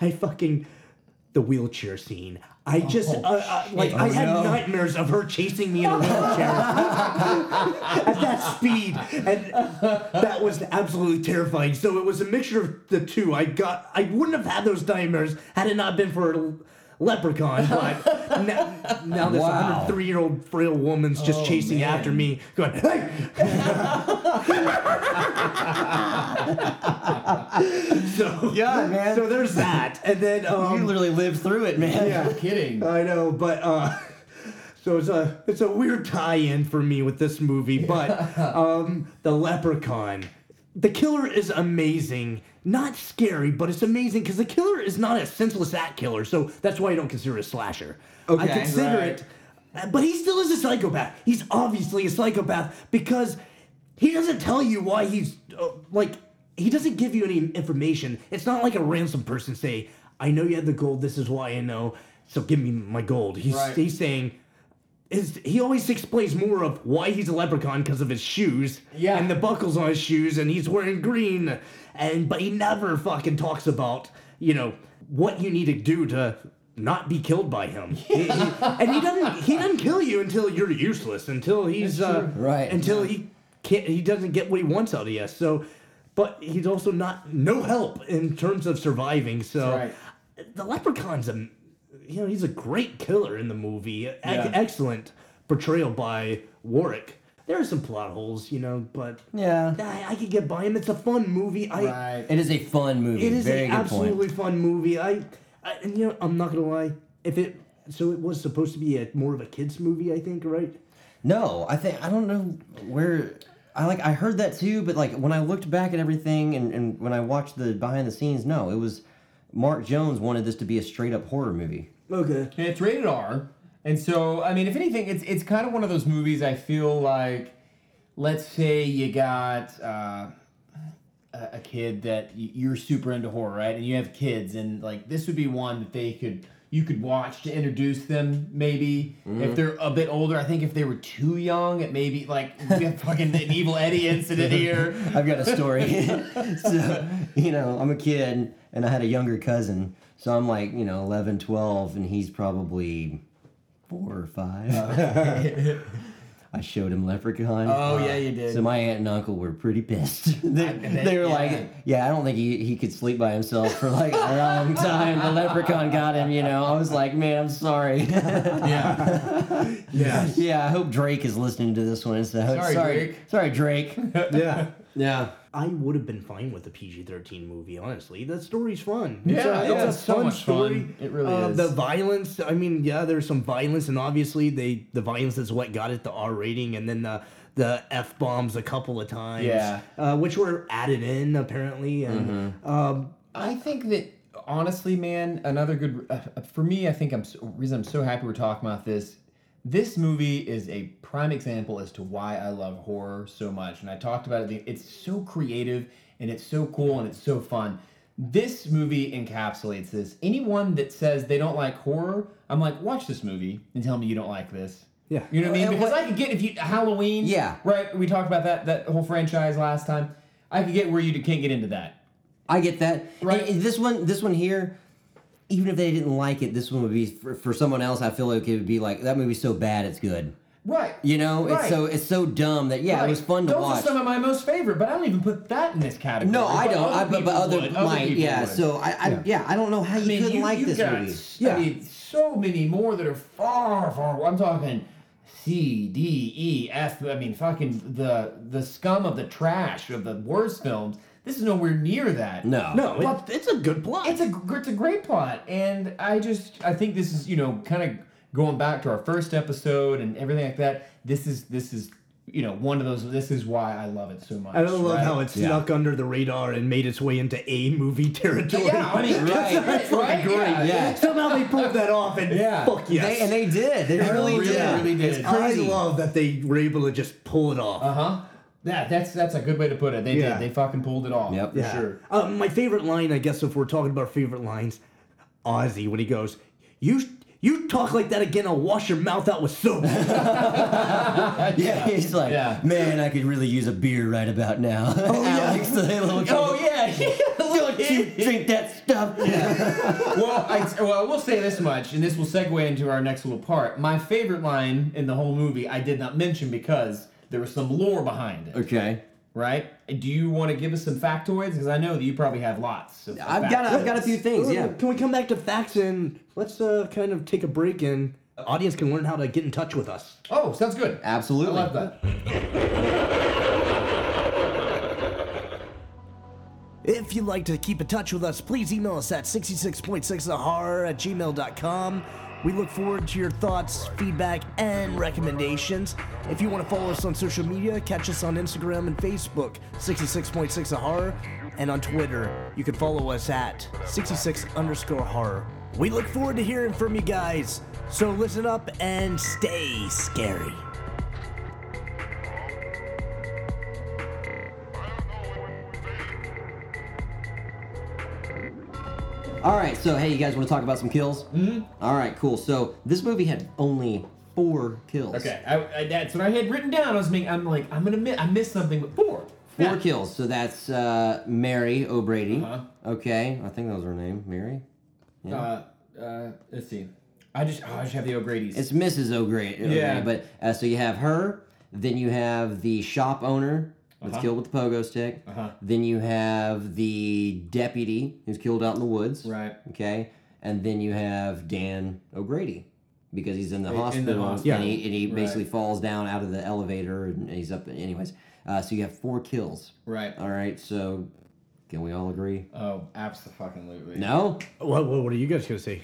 Speaker 4: I fucking the wheelchair scene. I just uh, uh, like I had nightmares of her chasing me in a wheelchair at that speed, and that was absolutely terrifying. So it was a mixture of the two. I got, I wouldn't have had those nightmares had it not been for a leprechaun. But [LAUGHS] now, now this
Speaker 2: Wow. Oh,
Speaker 4: 103 year old frail woman's just chasing after me, going, "Hey!" [LAUGHS] so
Speaker 2: God, man.
Speaker 4: So there's that, and then um,
Speaker 2: You literally lived through it, man.
Speaker 4: yeah.
Speaker 5: Kidding.
Speaker 4: I know, but uh, [LAUGHS] so it's a it's a weird tie-in for me with this movie, but um, the Leprechaun, the killer is amazing. Not scary, but it's amazing because the killer is not a senseless act killer, so that's why I don't consider it a slasher. I
Speaker 5: Okay,
Speaker 4: consider
Speaker 5: right.
Speaker 4: it, uh, but he still is a psychopath. He's obviously a psychopath because he doesn't tell you why he's uh, like. He doesn't give you any information. It's not like a ransom person say, "I know you had the gold. This is why I know. So give me my gold." He's
Speaker 5: Right.
Speaker 4: he's saying. Is, he always explains more of why he's a leprechaun because of his shoes
Speaker 5: Yeah.
Speaker 4: and the buckles on his shoes and he's wearing green and but he never fucking talks about you know what you need to do to not be killed
Speaker 5: [LAUGHS]
Speaker 4: by him He- he- and he doesn't he doesn't kill you until you're useless until he's uh,
Speaker 2: Right.
Speaker 4: until he can't he doesn't get what he wants out of you so but he's also not no help in terms of surviving so
Speaker 5: That's
Speaker 4: the leprechaun's a you know he's a great killer in the movie Ec-
Speaker 5: Yeah.
Speaker 4: excellent portrayal by warwick there are some plot holes you know but
Speaker 2: Yeah.
Speaker 4: I, I could get by him. It's a fun movie. I
Speaker 5: Right.
Speaker 2: It is a fun movie.
Speaker 4: it is
Speaker 2: Very
Speaker 4: an
Speaker 2: good
Speaker 4: absolutely
Speaker 2: point.
Speaker 4: fun movie. I, I and you know I'm not gonna lie. If it so it was supposed to be a more of a kids movie, I think, right?
Speaker 2: No, I think I don't know where I like I heard that too, but like when I looked back at everything and, and when I watched the behind the scenes, no, it was Mark Jones wanted this to be a straight up horror movie.
Speaker 4: Okay.
Speaker 5: And it's rated R. And so, I mean, if anything, it's it's kind of one of those movies I feel like, let's say you got uh, a a kid that y- you're super into horror, right? And you have kids, and like this would be one that they could you could watch to introduce them maybe if they're a bit older i think if they were too young it may be like [LAUGHS] we have fucking an evil eddie incident here
Speaker 2: [LAUGHS] I've got a
Speaker 5: [LAUGHS]
Speaker 2: story. so, you know, I'm a kid and I had a younger cousin. So I'm like, you know, 11,
Speaker 5: [LAUGHS]
Speaker 2: 12, and he's probably four or five. I showed him Leprechaun.
Speaker 5: Oh, yeah, you did.
Speaker 2: So my aunt and uncle were pretty pissed. [LAUGHS] they,
Speaker 5: bet,
Speaker 2: they were
Speaker 5: yeah.
Speaker 2: like, "Yeah, I don't think he, he could sleep by himself for like a long time. The Leprechaun got him, you know." I was like, "Man, I'm sorry." [LAUGHS]
Speaker 5: yeah. yeah.
Speaker 2: yeah, I hope Drake is listening to this one. So
Speaker 5: Sorry,
Speaker 2: sorry,
Speaker 5: Drake.
Speaker 2: sorry, Drake.
Speaker 4: [LAUGHS] Yeah.
Speaker 5: [LAUGHS] Yeah.
Speaker 4: I would have been fine with a PG thirteen movie, honestly. That story's fun.
Speaker 5: Yeah,
Speaker 4: it's a,
Speaker 5: yeah,
Speaker 4: it's a
Speaker 5: it's so
Speaker 4: fun
Speaker 5: much fun.
Speaker 4: story.
Speaker 5: It really
Speaker 4: Uh,
Speaker 5: is.
Speaker 4: The violence. I mean, yeah, there's some violence, and obviously they the violence is what got it the R rating, and then the the f bombs a couple of times.
Speaker 5: Yeah. Mm-hmm.
Speaker 4: uh, which were added in apparently, and um,
Speaker 5: I think that honestly, man, another good uh, for me. I think I'm so- reason I'm so happy we're talking about this. This movie is a prime example as to why I love horror so much, and I talked about it. the- It's so creative and it's so cool and it's so fun. This movie encapsulates this. Anyone that says they don't like horror, I'm like, watch this movie and tell me you don't like this.
Speaker 4: Yeah.
Speaker 5: you know what I mean?
Speaker 2: And
Speaker 5: Because I could get if you Halloween.
Speaker 2: Yeah.
Speaker 5: right. We talked about that that whole franchise last time. I could get where you can't get into that.
Speaker 2: I get that.
Speaker 5: Right.
Speaker 2: And this one, this one here, even if they didn't like it, this one would be for, for someone else. I feel like it would be like that movie's so bad it's good.
Speaker 5: Right.
Speaker 2: You know, it's
Speaker 5: Right.
Speaker 2: so it's so dumb that yeah,
Speaker 5: Right.
Speaker 2: it was fun to
Speaker 5: Those
Speaker 2: watch.
Speaker 5: are some of my most favorite, but I don't even put that in this category.
Speaker 2: no, I don't. I, but, but
Speaker 5: people
Speaker 2: other
Speaker 5: would,
Speaker 2: might,
Speaker 5: people
Speaker 2: yeah.
Speaker 5: would.
Speaker 2: So I, I yeah. I don't know how you
Speaker 5: I mean,
Speaker 2: couldn't
Speaker 5: you-
Speaker 2: like
Speaker 5: you
Speaker 2: this
Speaker 5: got,
Speaker 2: movie.
Speaker 5: I mean, so many more that are far, far. I'm talking C, D, E, F. I mean, fucking the the scum of the trash of the worst films. This is nowhere near that.
Speaker 2: No,
Speaker 4: no, it, it's a good plot.
Speaker 5: It's a gr- it's a great plot, and I just I think this is you know kind of going back to our first episode and everything like that. This is this is you know one of those. This is why I love it so much.
Speaker 4: I don't love
Speaker 5: right?
Speaker 4: how it snuck under the radar and made its way into A movie territory.
Speaker 5: Yeah, I mean,
Speaker 2: Right.
Speaker 5: that's fucking
Speaker 4: Fucking
Speaker 5: great.
Speaker 4: great.
Speaker 2: yeah.
Speaker 4: [LAUGHS] Somehow they pulled that off, and
Speaker 5: Yeah.
Speaker 4: fuck yes.
Speaker 2: They, and they did. They really,
Speaker 5: really,
Speaker 2: did.
Speaker 5: really did.
Speaker 2: It's
Speaker 4: I
Speaker 2: crazy.
Speaker 4: love that they were able to just pull it off.
Speaker 5: Uh huh. Yeah, that's that's a good way to put it. They did.
Speaker 4: Yeah.
Speaker 5: They fucking pulled it off.
Speaker 2: Yep.
Speaker 5: for
Speaker 4: Yeah.
Speaker 5: sure.
Speaker 4: Uh, my favorite line, I guess, if we're talking about favorite lines, Ozzy when he goes, "You you talk like that again, I'll wash your mouth out with [LAUGHS] soap."
Speaker 2: [LAUGHS] Yeah, he's like,
Speaker 5: Yeah.
Speaker 2: man, I could really use a beer right about now. Oh, [LAUGHS] Alex, the little kid.
Speaker 5: Oh yeah. [LAUGHS]
Speaker 2: Don't you [LAUGHS] drink that stuff?
Speaker 5: well, I well, I will say this much, and this will segue into our next little part. My favorite line in the whole movie I did not mention because there was some lore behind
Speaker 2: [LAUGHS]
Speaker 5: it.
Speaker 2: Okay.
Speaker 5: Right? Do you want to give us some factoids? Because I know that you probably have lots. Of
Speaker 2: I've got a, I've got a few things, yeah.
Speaker 4: Can we come back to facts and let's uh, kind of take a break and the audience can learn how to get in touch with us.
Speaker 5: Oh, sounds good. I
Speaker 2: Absolutely.
Speaker 5: love that.
Speaker 4: If you'd like to keep in touch with us, please email us at 66.6thehorror at gmail.com. We look forward to your thoughts, feedback, and recommendations. If you want to follow us on social media, catch us on Instagram and Facebook, 66.6 The Horror, and on Twitter, you can follow us at 66 underscore horror. We look forward to hearing from you guys, so listen up and stay scary.
Speaker 2: All right, so hey, you guys want to talk about some kills? Mm-hmm. All right, cool. So this movie had only four kills.
Speaker 5: Okay, I, I, that's what I had written down. I was being, I'm like, I'm gonna miss, I missed something. But four.
Speaker 2: Four
Speaker 5: Yeah.
Speaker 2: kills. So that's uh, Mary O'Brady.
Speaker 5: Uh-huh.
Speaker 2: Okay, I think that was her name, Mary.
Speaker 5: Uh, uh, let's see. I just, oh, I just have the O'Grady's.
Speaker 2: It's Mrs. O'Grady. O'Grady,
Speaker 5: Yeah.
Speaker 2: But uh, so you have her, then you have the shop owner that's killed with the pogo stick.
Speaker 5: Uh-huh.
Speaker 2: Then you have the deputy who's killed out in the woods.
Speaker 5: Right.
Speaker 2: Okay. And then you have Dan O'Grady because he's in the hospital,
Speaker 5: hospital.
Speaker 2: and he, and he
Speaker 5: Right.
Speaker 2: basically falls down out of the elevator and he's up. Anyways, uh, so you have four kills.
Speaker 5: right.
Speaker 2: All right. So can we all agree?
Speaker 5: Oh, absolutely.
Speaker 2: No,
Speaker 4: What, what, what are you guys going to say?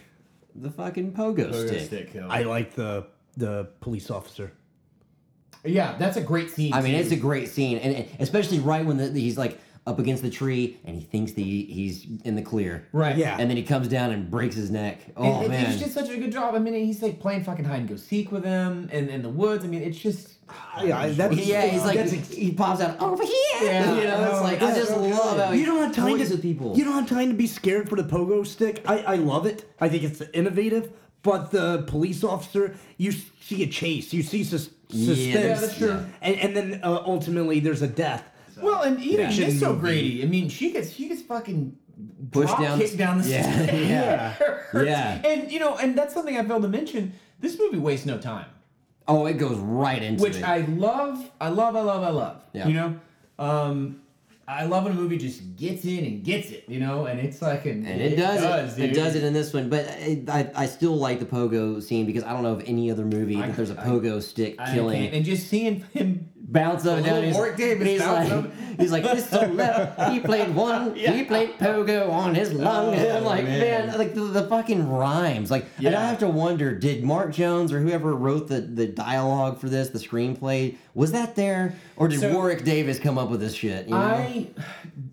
Speaker 2: the fucking pogo, stick.
Speaker 5: kill.
Speaker 4: I like the, the police officer.
Speaker 5: yeah, that's a great scene.
Speaker 2: I mean,
Speaker 5: too.
Speaker 2: it's a great scene, and and especially right when the, he's like up against the tree and he thinks that he, he's in the clear,
Speaker 5: right.
Speaker 4: Yeah.
Speaker 2: And then he comes down and breaks his neck.
Speaker 5: It-
Speaker 2: Oh
Speaker 5: it-
Speaker 2: man,
Speaker 5: He just did such a good job. I mean, he's like playing fucking hide and go seek with him and in the woods. I mean, it's just.
Speaker 4: Yeah, I- that's, [LAUGHS]
Speaker 2: yeah, he's like
Speaker 4: that's
Speaker 2: he pops out over here.
Speaker 5: Yeah.
Speaker 2: [LAUGHS] you know, it's like I just love how he
Speaker 4: you don't have time
Speaker 2: toys
Speaker 4: to
Speaker 2: with people.
Speaker 4: You don't have time to be scared for the pogo stick. I, I love it. I think it's innovative. But the police officer, you see a chase, you see sus- suspense,
Speaker 2: Yeah, that's
Speaker 5: true.
Speaker 4: and, and then uh, ultimately there's a death.
Speaker 5: Well, and even
Speaker 4: Fiction
Speaker 5: Miss
Speaker 4: movie.
Speaker 5: O'Grady, I mean, she gets she gets fucking
Speaker 2: Pushed
Speaker 5: drop
Speaker 2: down-
Speaker 5: kicked down
Speaker 2: [LAUGHS]
Speaker 5: the
Speaker 2: yeah,
Speaker 5: [LAUGHS] stairs.
Speaker 2: yeah, yeah.
Speaker 5: And you know, and that's something I failed to mention. This movie wastes no time.
Speaker 2: Oh, it goes right into
Speaker 5: which
Speaker 2: it.
Speaker 5: I love. I love. I love. I love.
Speaker 2: Yeah.
Speaker 5: You know, um, I love when a movie just gets in and gets it. You know, and it's like an
Speaker 2: and it does, it.
Speaker 5: dude.
Speaker 2: It does it in this one, but I, I, I still like the pogo scene because I don't know of any other movie that there's a pogo stick
Speaker 5: I can't-
Speaker 2: killing.
Speaker 5: and just seeing him
Speaker 2: Bounce up and down.
Speaker 5: Little
Speaker 2: He's,
Speaker 5: Warwick Oh, Davis
Speaker 2: he's
Speaker 5: bounce
Speaker 2: like,
Speaker 5: up.
Speaker 2: [LAUGHS] he's like, this on left. He played one. He played pogo on his
Speaker 5: Oh,
Speaker 2: lung. and I'm like, man, like the, the fucking rhymes. Like, and I
Speaker 5: Yeah.
Speaker 2: have to wonder, did Mark Jones or whoever wrote the, the dialogue for this, the screenplay, was that there, or did
Speaker 5: So-
Speaker 2: Warwick Davis come up with this shit? You know?
Speaker 5: I,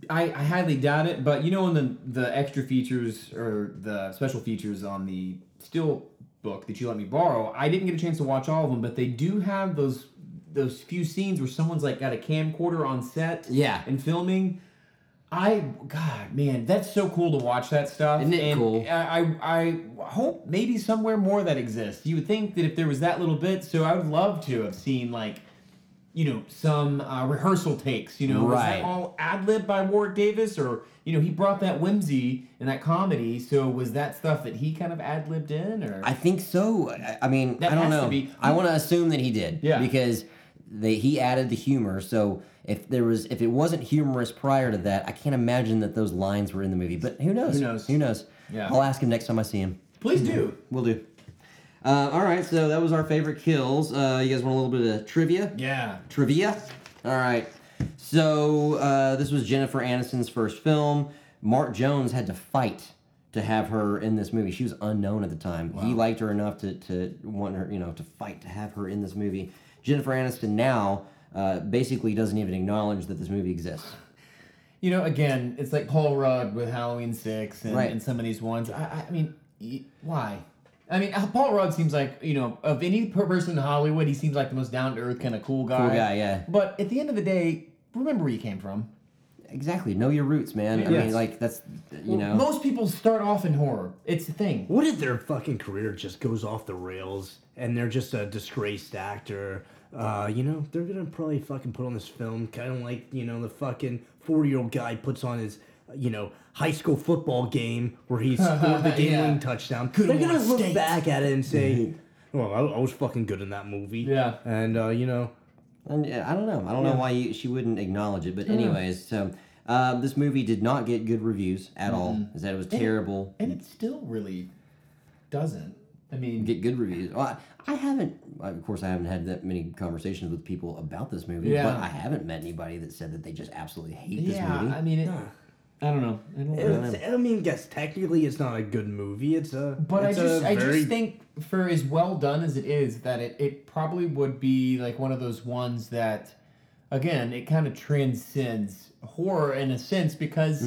Speaker 5: I I highly doubt it, but you know, in the the extra features or the special features on the still book that you let me borrow, I didn't get a chance to watch all of them, but they do have those those few scenes where someone's like got a camcorder on set,
Speaker 2: Yeah.
Speaker 5: and filming. I God man, that's so cool to watch that stuff.
Speaker 2: Isn't it
Speaker 5: and
Speaker 2: cool?
Speaker 5: I, I I hope maybe somewhere more that exists. You would think that if there was that little bit, so I would love to have seen like, you know, some uh, rehearsal takes. You know, was that
Speaker 2: Right.
Speaker 5: all ad lib by Warwick Davis, or you know, he brought that whimsy and that comedy. So was that stuff that he kind of ad libbed in, or
Speaker 2: I think so. I, I mean,
Speaker 5: That
Speaker 2: I don't
Speaker 5: has to
Speaker 2: know.
Speaker 5: be-
Speaker 2: I want to assume that he did.
Speaker 5: Yeah.
Speaker 2: Because they, he added the humor, so if there was if it wasn't humorous prior to that, I can't imagine that those lines were in the movie. But who knows?
Speaker 5: Who knows?
Speaker 2: Who knows?
Speaker 5: Yeah.
Speaker 2: I'll ask him next time I see him.
Speaker 5: please do.
Speaker 2: We'll do. Uh, all right. So that was our favorite kills. Uh, you guys want a little bit of trivia?
Speaker 5: Yeah.
Speaker 2: trivia. All right. So uh, this was Jennifer Aniston's first film. Mark Jones had to fight to have her in this movie. She was unknown at the time. He liked her enough to, to want her, you know, to fight to have her in this movie. Jennifer Aniston now uh, basically doesn't even acknowledge that this movie exists.
Speaker 5: you know, again, it's like Paul Rudd with Halloween Six and,
Speaker 2: Right.
Speaker 5: and some of these ones. I, I mean, y- why? I mean, uh, Paul Rudd seems like you know, of any per- person in Hollywood, he seems like the most down to earth kind of cool guy.
Speaker 2: guy, yeah.
Speaker 5: But at the end of the day, remember where you came from.
Speaker 2: Exactly. Know your roots, man. I mean,
Speaker 5: Yes.
Speaker 2: like that's you know.
Speaker 5: Most people start off in horror. It's the thing.
Speaker 4: What if their fucking career just goes off the rails and they're just a disgraced actor? Uh, you know, they're gonna probably fucking put on this film, kind of like you know the fucking four-year-old guy puts on his you know high school football game
Speaker 5: [LAUGHS]
Speaker 4: where he scored the game winning touchdown. they're gonna look back at it and say, "Well, I, I was fucking good in that movie."
Speaker 5: Yeah.
Speaker 4: and uh, you know,
Speaker 2: And yeah, I don't know. I don't know why you, she wouldn't acknowledge it. But anyways, so uh, this movie did not get good reviews at all. Is that it was terrible.
Speaker 5: And it still really doesn't. I mean,
Speaker 2: get good reviews. Well, I, I haven't, of course, I haven't had that many conversations with people about this movie, but
Speaker 5: Yeah.
Speaker 2: I haven't met anybody that said that they just absolutely hate this
Speaker 5: yeah.
Speaker 2: movie.
Speaker 5: I mean, it, I don't know. I don't know.
Speaker 4: it's- I mean, guess technically it's not a good movie. It's a
Speaker 5: But I
Speaker 4: it's
Speaker 5: just
Speaker 4: a
Speaker 5: I
Speaker 4: very
Speaker 5: just think for as well done as it is, that it, it probably would be like one of those ones that again, it kind of transcends horror in a sense because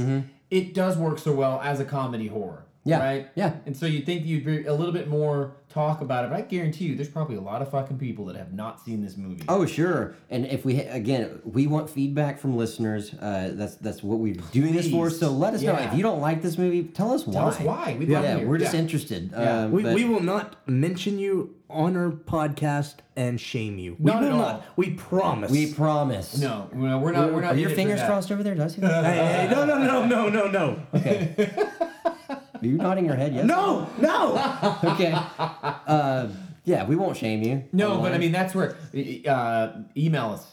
Speaker 5: it does work so well as a comedy horror.
Speaker 2: Mm-hmm. Yeah,
Speaker 5: Right?
Speaker 2: yeah.
Speaker 5: And so you think you'd be a little bit more talk about it, but I guarantee you there's probably a lot of fucking people that have not seen this movie.
Speaker 2: Oh sure, and if we again, we want feedback from listeners. Uh, that's that's what we're doing this for.
Speaker 5: Please.
Speaker 2: So let us know
Speaker 5: Yeah.
Speaker 2: if you don't like this movie. Tell us why.
Speaker 5: Tell us why. We'd
Speaker 2: yeah,
Speaker 5: love to hear.
Speaker 2: we're just
Speaker 5: Yeah.
Speaker 2: interested.
Speaker 5: Yeah.
Speaker 2: Um,
Speaker 4: We,
Speaker 2: but-
Speaker 4: we will not mention you on our podcast and shame you. We
Speaker 5: Not
Speaker 4: will
Speaker 5: at all.
Speaker 4: not. We promise.
Speaker 2: we promise.
Speaker 5: No, no, we're not. We're not.
Speaker 2: Are your
Speaker 5: in it for
Speaker 2: fingers
Speaker 5: that.
Speaker 2: crossed over there? Did I see that?
Speaker 4: Hey, hey, no, no, no, no, no, no.
Speaker 2: Okay.
Speaker 5: [LAUGHS]
Speaker 2: Are you nodding your head? Yes.
Speaker 4: No,
Speaker 5: [LAUGHS]
Speaker 4: no.
Speaker 2: Okay. Uh, yeah, we won't shame you.
Speaker 5: No, but
Speaker 2: Online.
Speaker 5: I mean that's where uh, email us,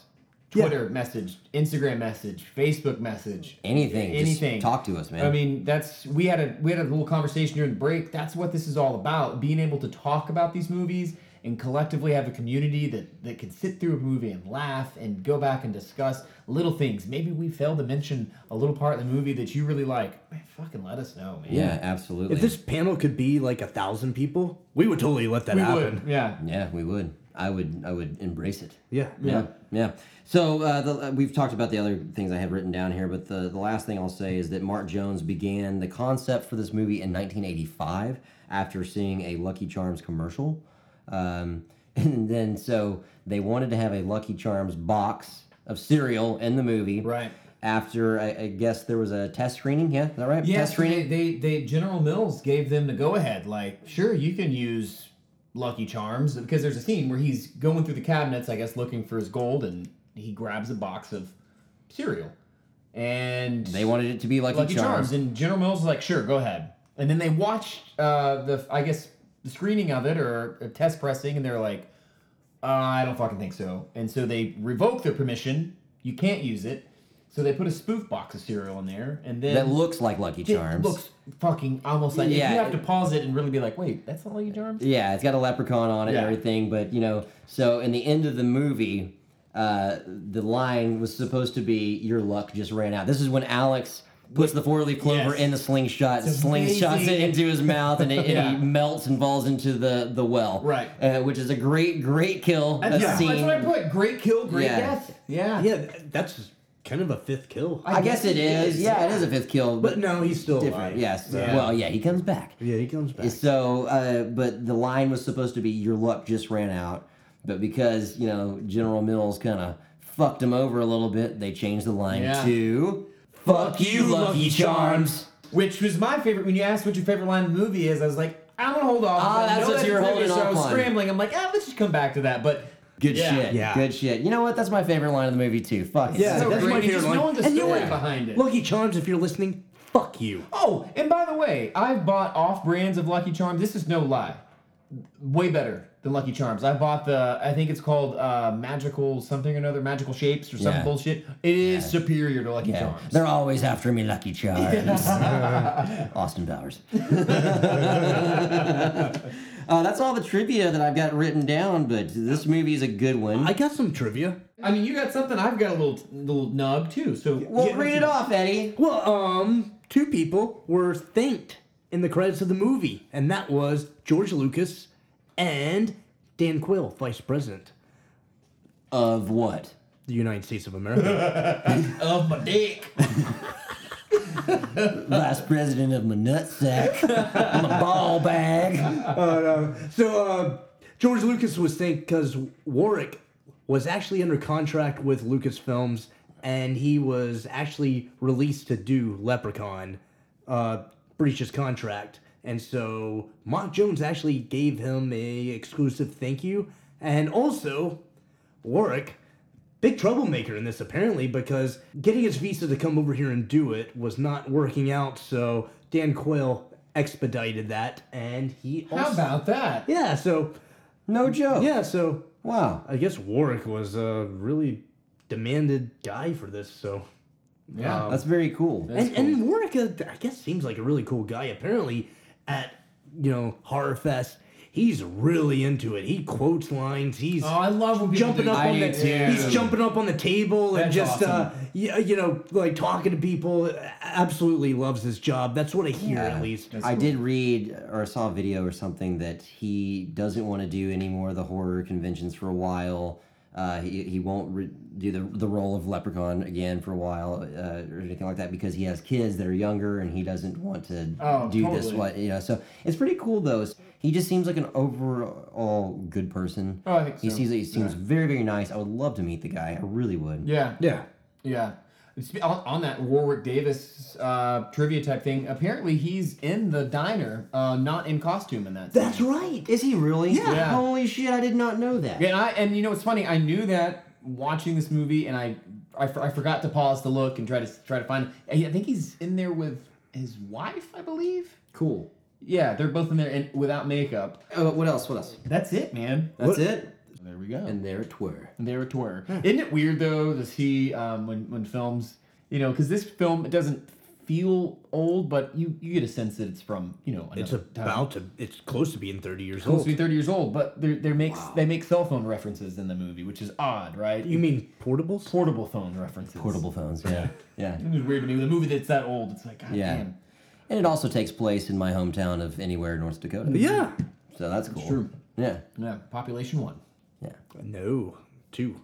Speaker 5: Twitter message, Instagram message, Facebook message,
Speaker 2: Anything, just
Speaker 5: anything.
Speaker 2: talk to us, man.
Speaker 5: I mean that's we had a we had a little conversation during the break. That's what this is all about: being able to talk about these movies and collectively have a community that that can sit through a movie and laugh and go back and discuss little things. Maybe we failed to mention a little part of the movie that you really like. Man, fucking let us know, man.
Speaker 2: Yeah, absolutely.
Speaker 4: If this panel could be like a thousand people, we would totally let that
Speaker 5: We
Speaker 4: happen.
Speaker 5: would, yeah.
Speaker 2: yeah, we would. I would. I would embrace it.
Speaker 4: Yeah.
Speaker 2: Yeah. Yeah. So uh, the, uh, we've talked about the other things I have written down here, but the, the last thing I'll say is that Mark Jones began the concept for this movie in 1985 after seeing a Lucky Charms commercial. Um, [LAUGHS] and then so they wanted to have a Lucky Charms box of cereal in the movie.
Speaker 5: Right.
Speaker 2: After, I, I guess there was a test screening. Yeah, is that right?
Speaker 5: Yeah,
Speaker 2: test
Speaker 5: so they,
Speaker 2: screening.
Speaker 5: they they General Mills gave them the go ahead. Like, sure, you can use Lucky Charms because there's a scene where he's going through the cabinets, I guess, looking for his gold, and he grabs a box of cereal, and
Speaker 2: They wanted it to be Lucky,
Speaker 5: Lucky
Speaker 2: Charms.
Speaker 5: Charms, and General Mills is like, sure, go ahead. And then they uh, watched uh, the I guess the screening of it or a test pressing, and they're like, Uh, I don't fucking think so. And so they revoke their permission. You can't use it. So they put a spoof box of cereal in there, and then
Speaker 2: That looks like Lucky
Speaker 5: it
Speaker 2: Charms.
Speaker 5: looks fucking almost like
Speaker 2: Yeah,
Speaker 5: you have to
Speaker 2: it-
Speaker 5: pause it and really be like, wait, that's not Lucky Charms.
Speaker 2: Yeah, it's got a leprechaun on it
Speaker 5: Yeah.
Speaker 2: and everything, but you know, so in the end of the movie, uh, the line was supposed to be "Your luck just ran out." This is when Alex puts the four-leaf clover
Speaker 5: Yes.
Speaker 2: in the slingshot, and
Speaker 5: It's
Speaker 2: slingshots it
Speaker 5: amazing.
Speaker 2: into his mouth, and, it, and
Speaker 5: [LAUGHS] Yeah.
Speaker 2: he melts and falls into the the well.
Speaker 5: Right.
Speaker 2: uh, which is a great, great kill.
Speaker 5: That's,
Speaker 2: a
Speaker 5: yeah.
Speaker 2: scene.
Speaker 5: that's what I put. Great kill, great
Speaker 2: Yeah.
Speaker 5: death. Yeah.
Speaker 4: Yeah, th- that's kind of a fifth kill.
Speaker 2: I guess it is. Yeah, it is a fifth kill,
Speaker 4: but no, he's still
Speaker 2: different.
Speaker 4: alive.
Speaker 2: Yes.
Speaker 5: Yeah.
Speaker 2: Well, yeah, he comes back.
Speaker 4: Yeah, he comes back.
Speaker 2: So, uh, but the line was supposed to be "Your luck just ran out," but because you know General Mills kind of fucked him over a little bit, they changed the line
Speaker 5: Yeah.
Speaker 2: to "Fuck you, Lucky Charms."
Speaker 5: Which was my favorite. When you asked what your favorite line in the movie is, I was like, I'm gonna hold off.
Speaker 2: Ah,
Speaker 5: I
Speaker 2: that's
Speaker 5: know
Speaker 2: what you
Speaker 5: your
Speaker 2: were holding
Speaker 5: favorite, so I
Speaker 2: off
Speaker 5: was
Speaker 2: on.
Speaker 5: scrambling. I'm like, ah, let's just come back to that. But
Speaker 2: Good
Speaker 5: Yeah.
Speaker 2: shit.
Speaker 4: Yeah.
Speaker 2: Good shit. You know what? That's my favorite line of the movie too. Fuck it.
Speaker 4: Yeah.
Speaker 5: so
Speaker 4: that's
Speaker 5: great.
Speaker 4: my
Speaker 5: You just
Speaker 4: favorite line.
Speaker 5: knowing the
Speaker 4: And you
Speaker 5: story
Speaker 4: were-
Speaker 5: behind it.
Speaker 4: Lucky Charms, if you're listening, fuck you.
Speaker 5: Oh, and by the way, I've bought off brands of Lucky Charms. This is no lie. Way better than Lucky Charms. I bought the, I think it's called uh, Magical something or another, Magical Shapes or some
Speaker 2: Yeah.
Speaker 5: bullshit. It is superior to Lucky
Speaker 2: Yeah.
Speaker 5: Charms.
Speaker 2: They're always after me, Lucky Charms. [LAUGHS] Austin Powers. [LAUGHS] uh, that's all the trivia that I've got written down, but this movie is a good one.
Speaker 4: I got some trivia.
Speaker 5: I mean, you got something. I've got a little little nug too. So
Speaker 2: well, read it off, Eddie.
Speaker 4: Well, um, two people were thanked in the credits of the movie, and that was George Lucas and Dan Quill, Vice President,
Speaker 2: Of what?
Speaker 4: the United States of America.
Speaker 5: of my dick.
Speaker 2: vice president of my nutsack, [LAUGHS] my ball bag.
Speaker 4: so, uh, George Lucas was thanked because Warwick was actually under contract with Lucasfilms, and he was actually released to do Leprechaun, uh, breach his contract. And so, Mark Jones actually gave him a exclusive thank you, and also Warwick, big troublemaker in this apparently because getting his visa to come over here and do it was not working out. So Dan Quayle expedited that, and he also
Speaker 5: How about that?
Speaker 4: yeah. So
Speaker 2: No joke.
Speaker 4: yeah. So
Speaker 2: Wow.
Speaker 4: I guess Warwick was a really demanded guy for this. So
Speaker 5: Yeah.
Speaker 2: That's very cool.
Speaker 4: and, and Warwick, uh, I guess, seems like a really cool guy. Apparently, at you know Horror Fest. He's really into it. He quotes lines. He's
Speaker 5: oh, I love when people
Speaker 4: jumping
Speaker 5: do
Speaker 4: up
Speaker 5: that.
Speaker 4: on
Speaker 2: I
Speaker 4: the
Speaker 2: do too.
Speaker 4: he's jumping up on the table and
Speaker 5: That's
Speaker 4: just uh,
Speaker 5: awesome.
Speaker 4: you, you know like talking to people. Absolutely loves his job. That's what I hear at least.
Speaker 2: I did read or saw a video or something that he doesn't want to do any more of the horror conventions for a while. Uh, he, he won't re- do the, the role of leprechaun again for a while uh, or anything like that because he has kids that are younger and he doesn't want to
Speaker 5: Oh,
Speaker 2: do this
Speaker 5: totally.
Speaker 2: what you know so it's pretty cool though he just seems like an overall good person
Speaker 5: Oh, I think
Speaker 2: he
Speaker 5: so.
Speaker 2: seems he seems very very nice i would love to meet the guy i really would
Speaker 5: Yeah.
Speaker 4: Yeah.
Speaker 5: Yeah. Spe- On, on that Warwick Davis uh, trivia type thing, apparently he's in the diner, uh, not in costume in that. scene.
Speaker 4: That's right.
Speaker 2: Is he really?
Speaker 5: Yeah.
Speaker 2: Holy shit, I did not know that.
Speaker 5: And I and you know it's funny. I knew that watching this movie, and I I, for- I forgot to pause to look and try to try to find. I I think he's in there with his wife, I believe.
Speaker 2: Cool.
Speaker 5: Yeah, they're both in there and without makeup.
Speaker 2: Uh, what else? What else?
Speaker 5: That's it, man.
Speaker 2: That's it.
Speaker 5: There we go.
Speaker 2: And there it were.
Speaker 5: They're a tour.
Speaker 4: Hmm.
Speaker 5: Isn't it weird though to see um, when when films, you know, because this film it doesn't feel old, but you you get a sense that it's from you know another
Speaker 4: It's
Speaker 5: time.
Speaker 4: about to. It's close to being thirty years
Speaker 5: supposed
Speaker 4: old.
Speaker 5: to be thirty years old, but they they make they make cell phone references in the movie, which is odd, right?
Speaker 4: You mean portables?
Speaker 5: portable phone references.
Speaker 2: Portable phones. Yeah. yeah.
Speaker 5: It was weird when you- the movie that's that old. It's like God
Speaker 2: Yeah.
Speaker 5: damn.
Speaker 2: And it also takes place in my hometown of anywhere in North Dakota.
Speaker 4: Yeah.
Speaker 2: So that's cool. true. Yeah.
Speaker 5: Yeah, population one,
Speaker 2: Yeah.
Speaker 4: No. Two.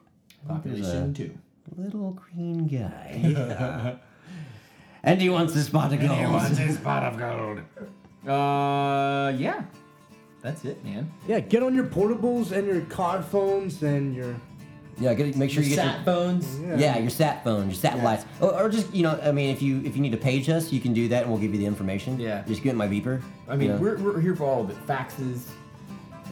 Speaker 5: population two.
Speaker 2: Little green guy. [LAUGHS] and he wants his pot of gold.
Speaker 6: this pot of gold?
Speaker 5: Uh, yeah, that's it, man.
Speaker 4: Yeah. Get on your portables and your car phones and your.
Speaker 2: Yeah, get, make sure you get your
Speaker 5: Sat phones.
Speaker 2: Yeah, your sat phone, your satellites, or, or just you know, I mean, if you if you need to page us, you can do that, and we'll give you the information.
Speaker 5: Yeah.
Speaker 2: just get my beeper.
Speaker 5: I mean,
Speaker 2: you know?
Speaker 5: we're, we're here for all of it. Faxes,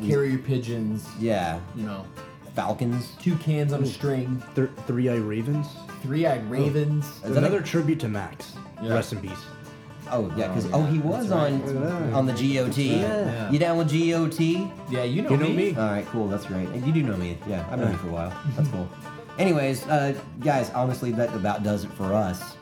Speaker 5: carrier pigeons,
Speaker 2: yeah,
Speaker 5: you know,
Speaker 2: Falcons.
Speaker 5: two cans on a string,
Speaker 4: Thir- three eye ravens.
Speaker 8: Oh.
Speaker 5: three eyed ravens.
Speaker 2: Is that
Speaker 4: Another tribute to Max.
Speaker 5: Yeah.
Speaker 4: Rest in peace.
Speaker 2: I Oh yeah, because oh he was on on the GOT. You down with GOT?
Speaker 5: Yeah, you
Speaker 4: Oh,
Speaker 5: know,
Speaker 8: You know me?
Speaker 4: Uh.
Speaker 2: All right, cool. That's right. You do know me. Yeah, I've known you for a while. That's cool. Anyways, uh, guys, honestly, that about does it for us.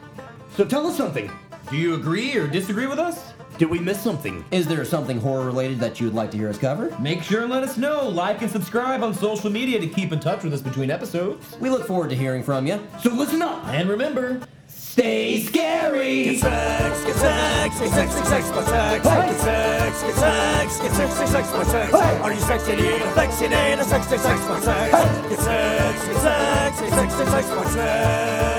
Speaker 8: So tell us something.
Speaker 5: Do you agree or disagree with us?
Speaker 8: Did we miss something?
Speaker 2: Is there something horror related that you would like to hear us cover?
Speaker 5: Make sure and let us know. Like and subscribe on social media to keep in touch with us between episodes.
Speaker 2: We look forward to hearing from you.
Speaker 8: So listen up.
Speaker 5: And remember,
Speaker 2: Stay scary.
Speaker 4: sex, get sex, get sex, get sex, get sex, get sex, get sex, get sex, get sex, get sex. Are you sexy, affectionate, sex, get sex, get sex, get sex, get sex, get sex, get sex, get sex.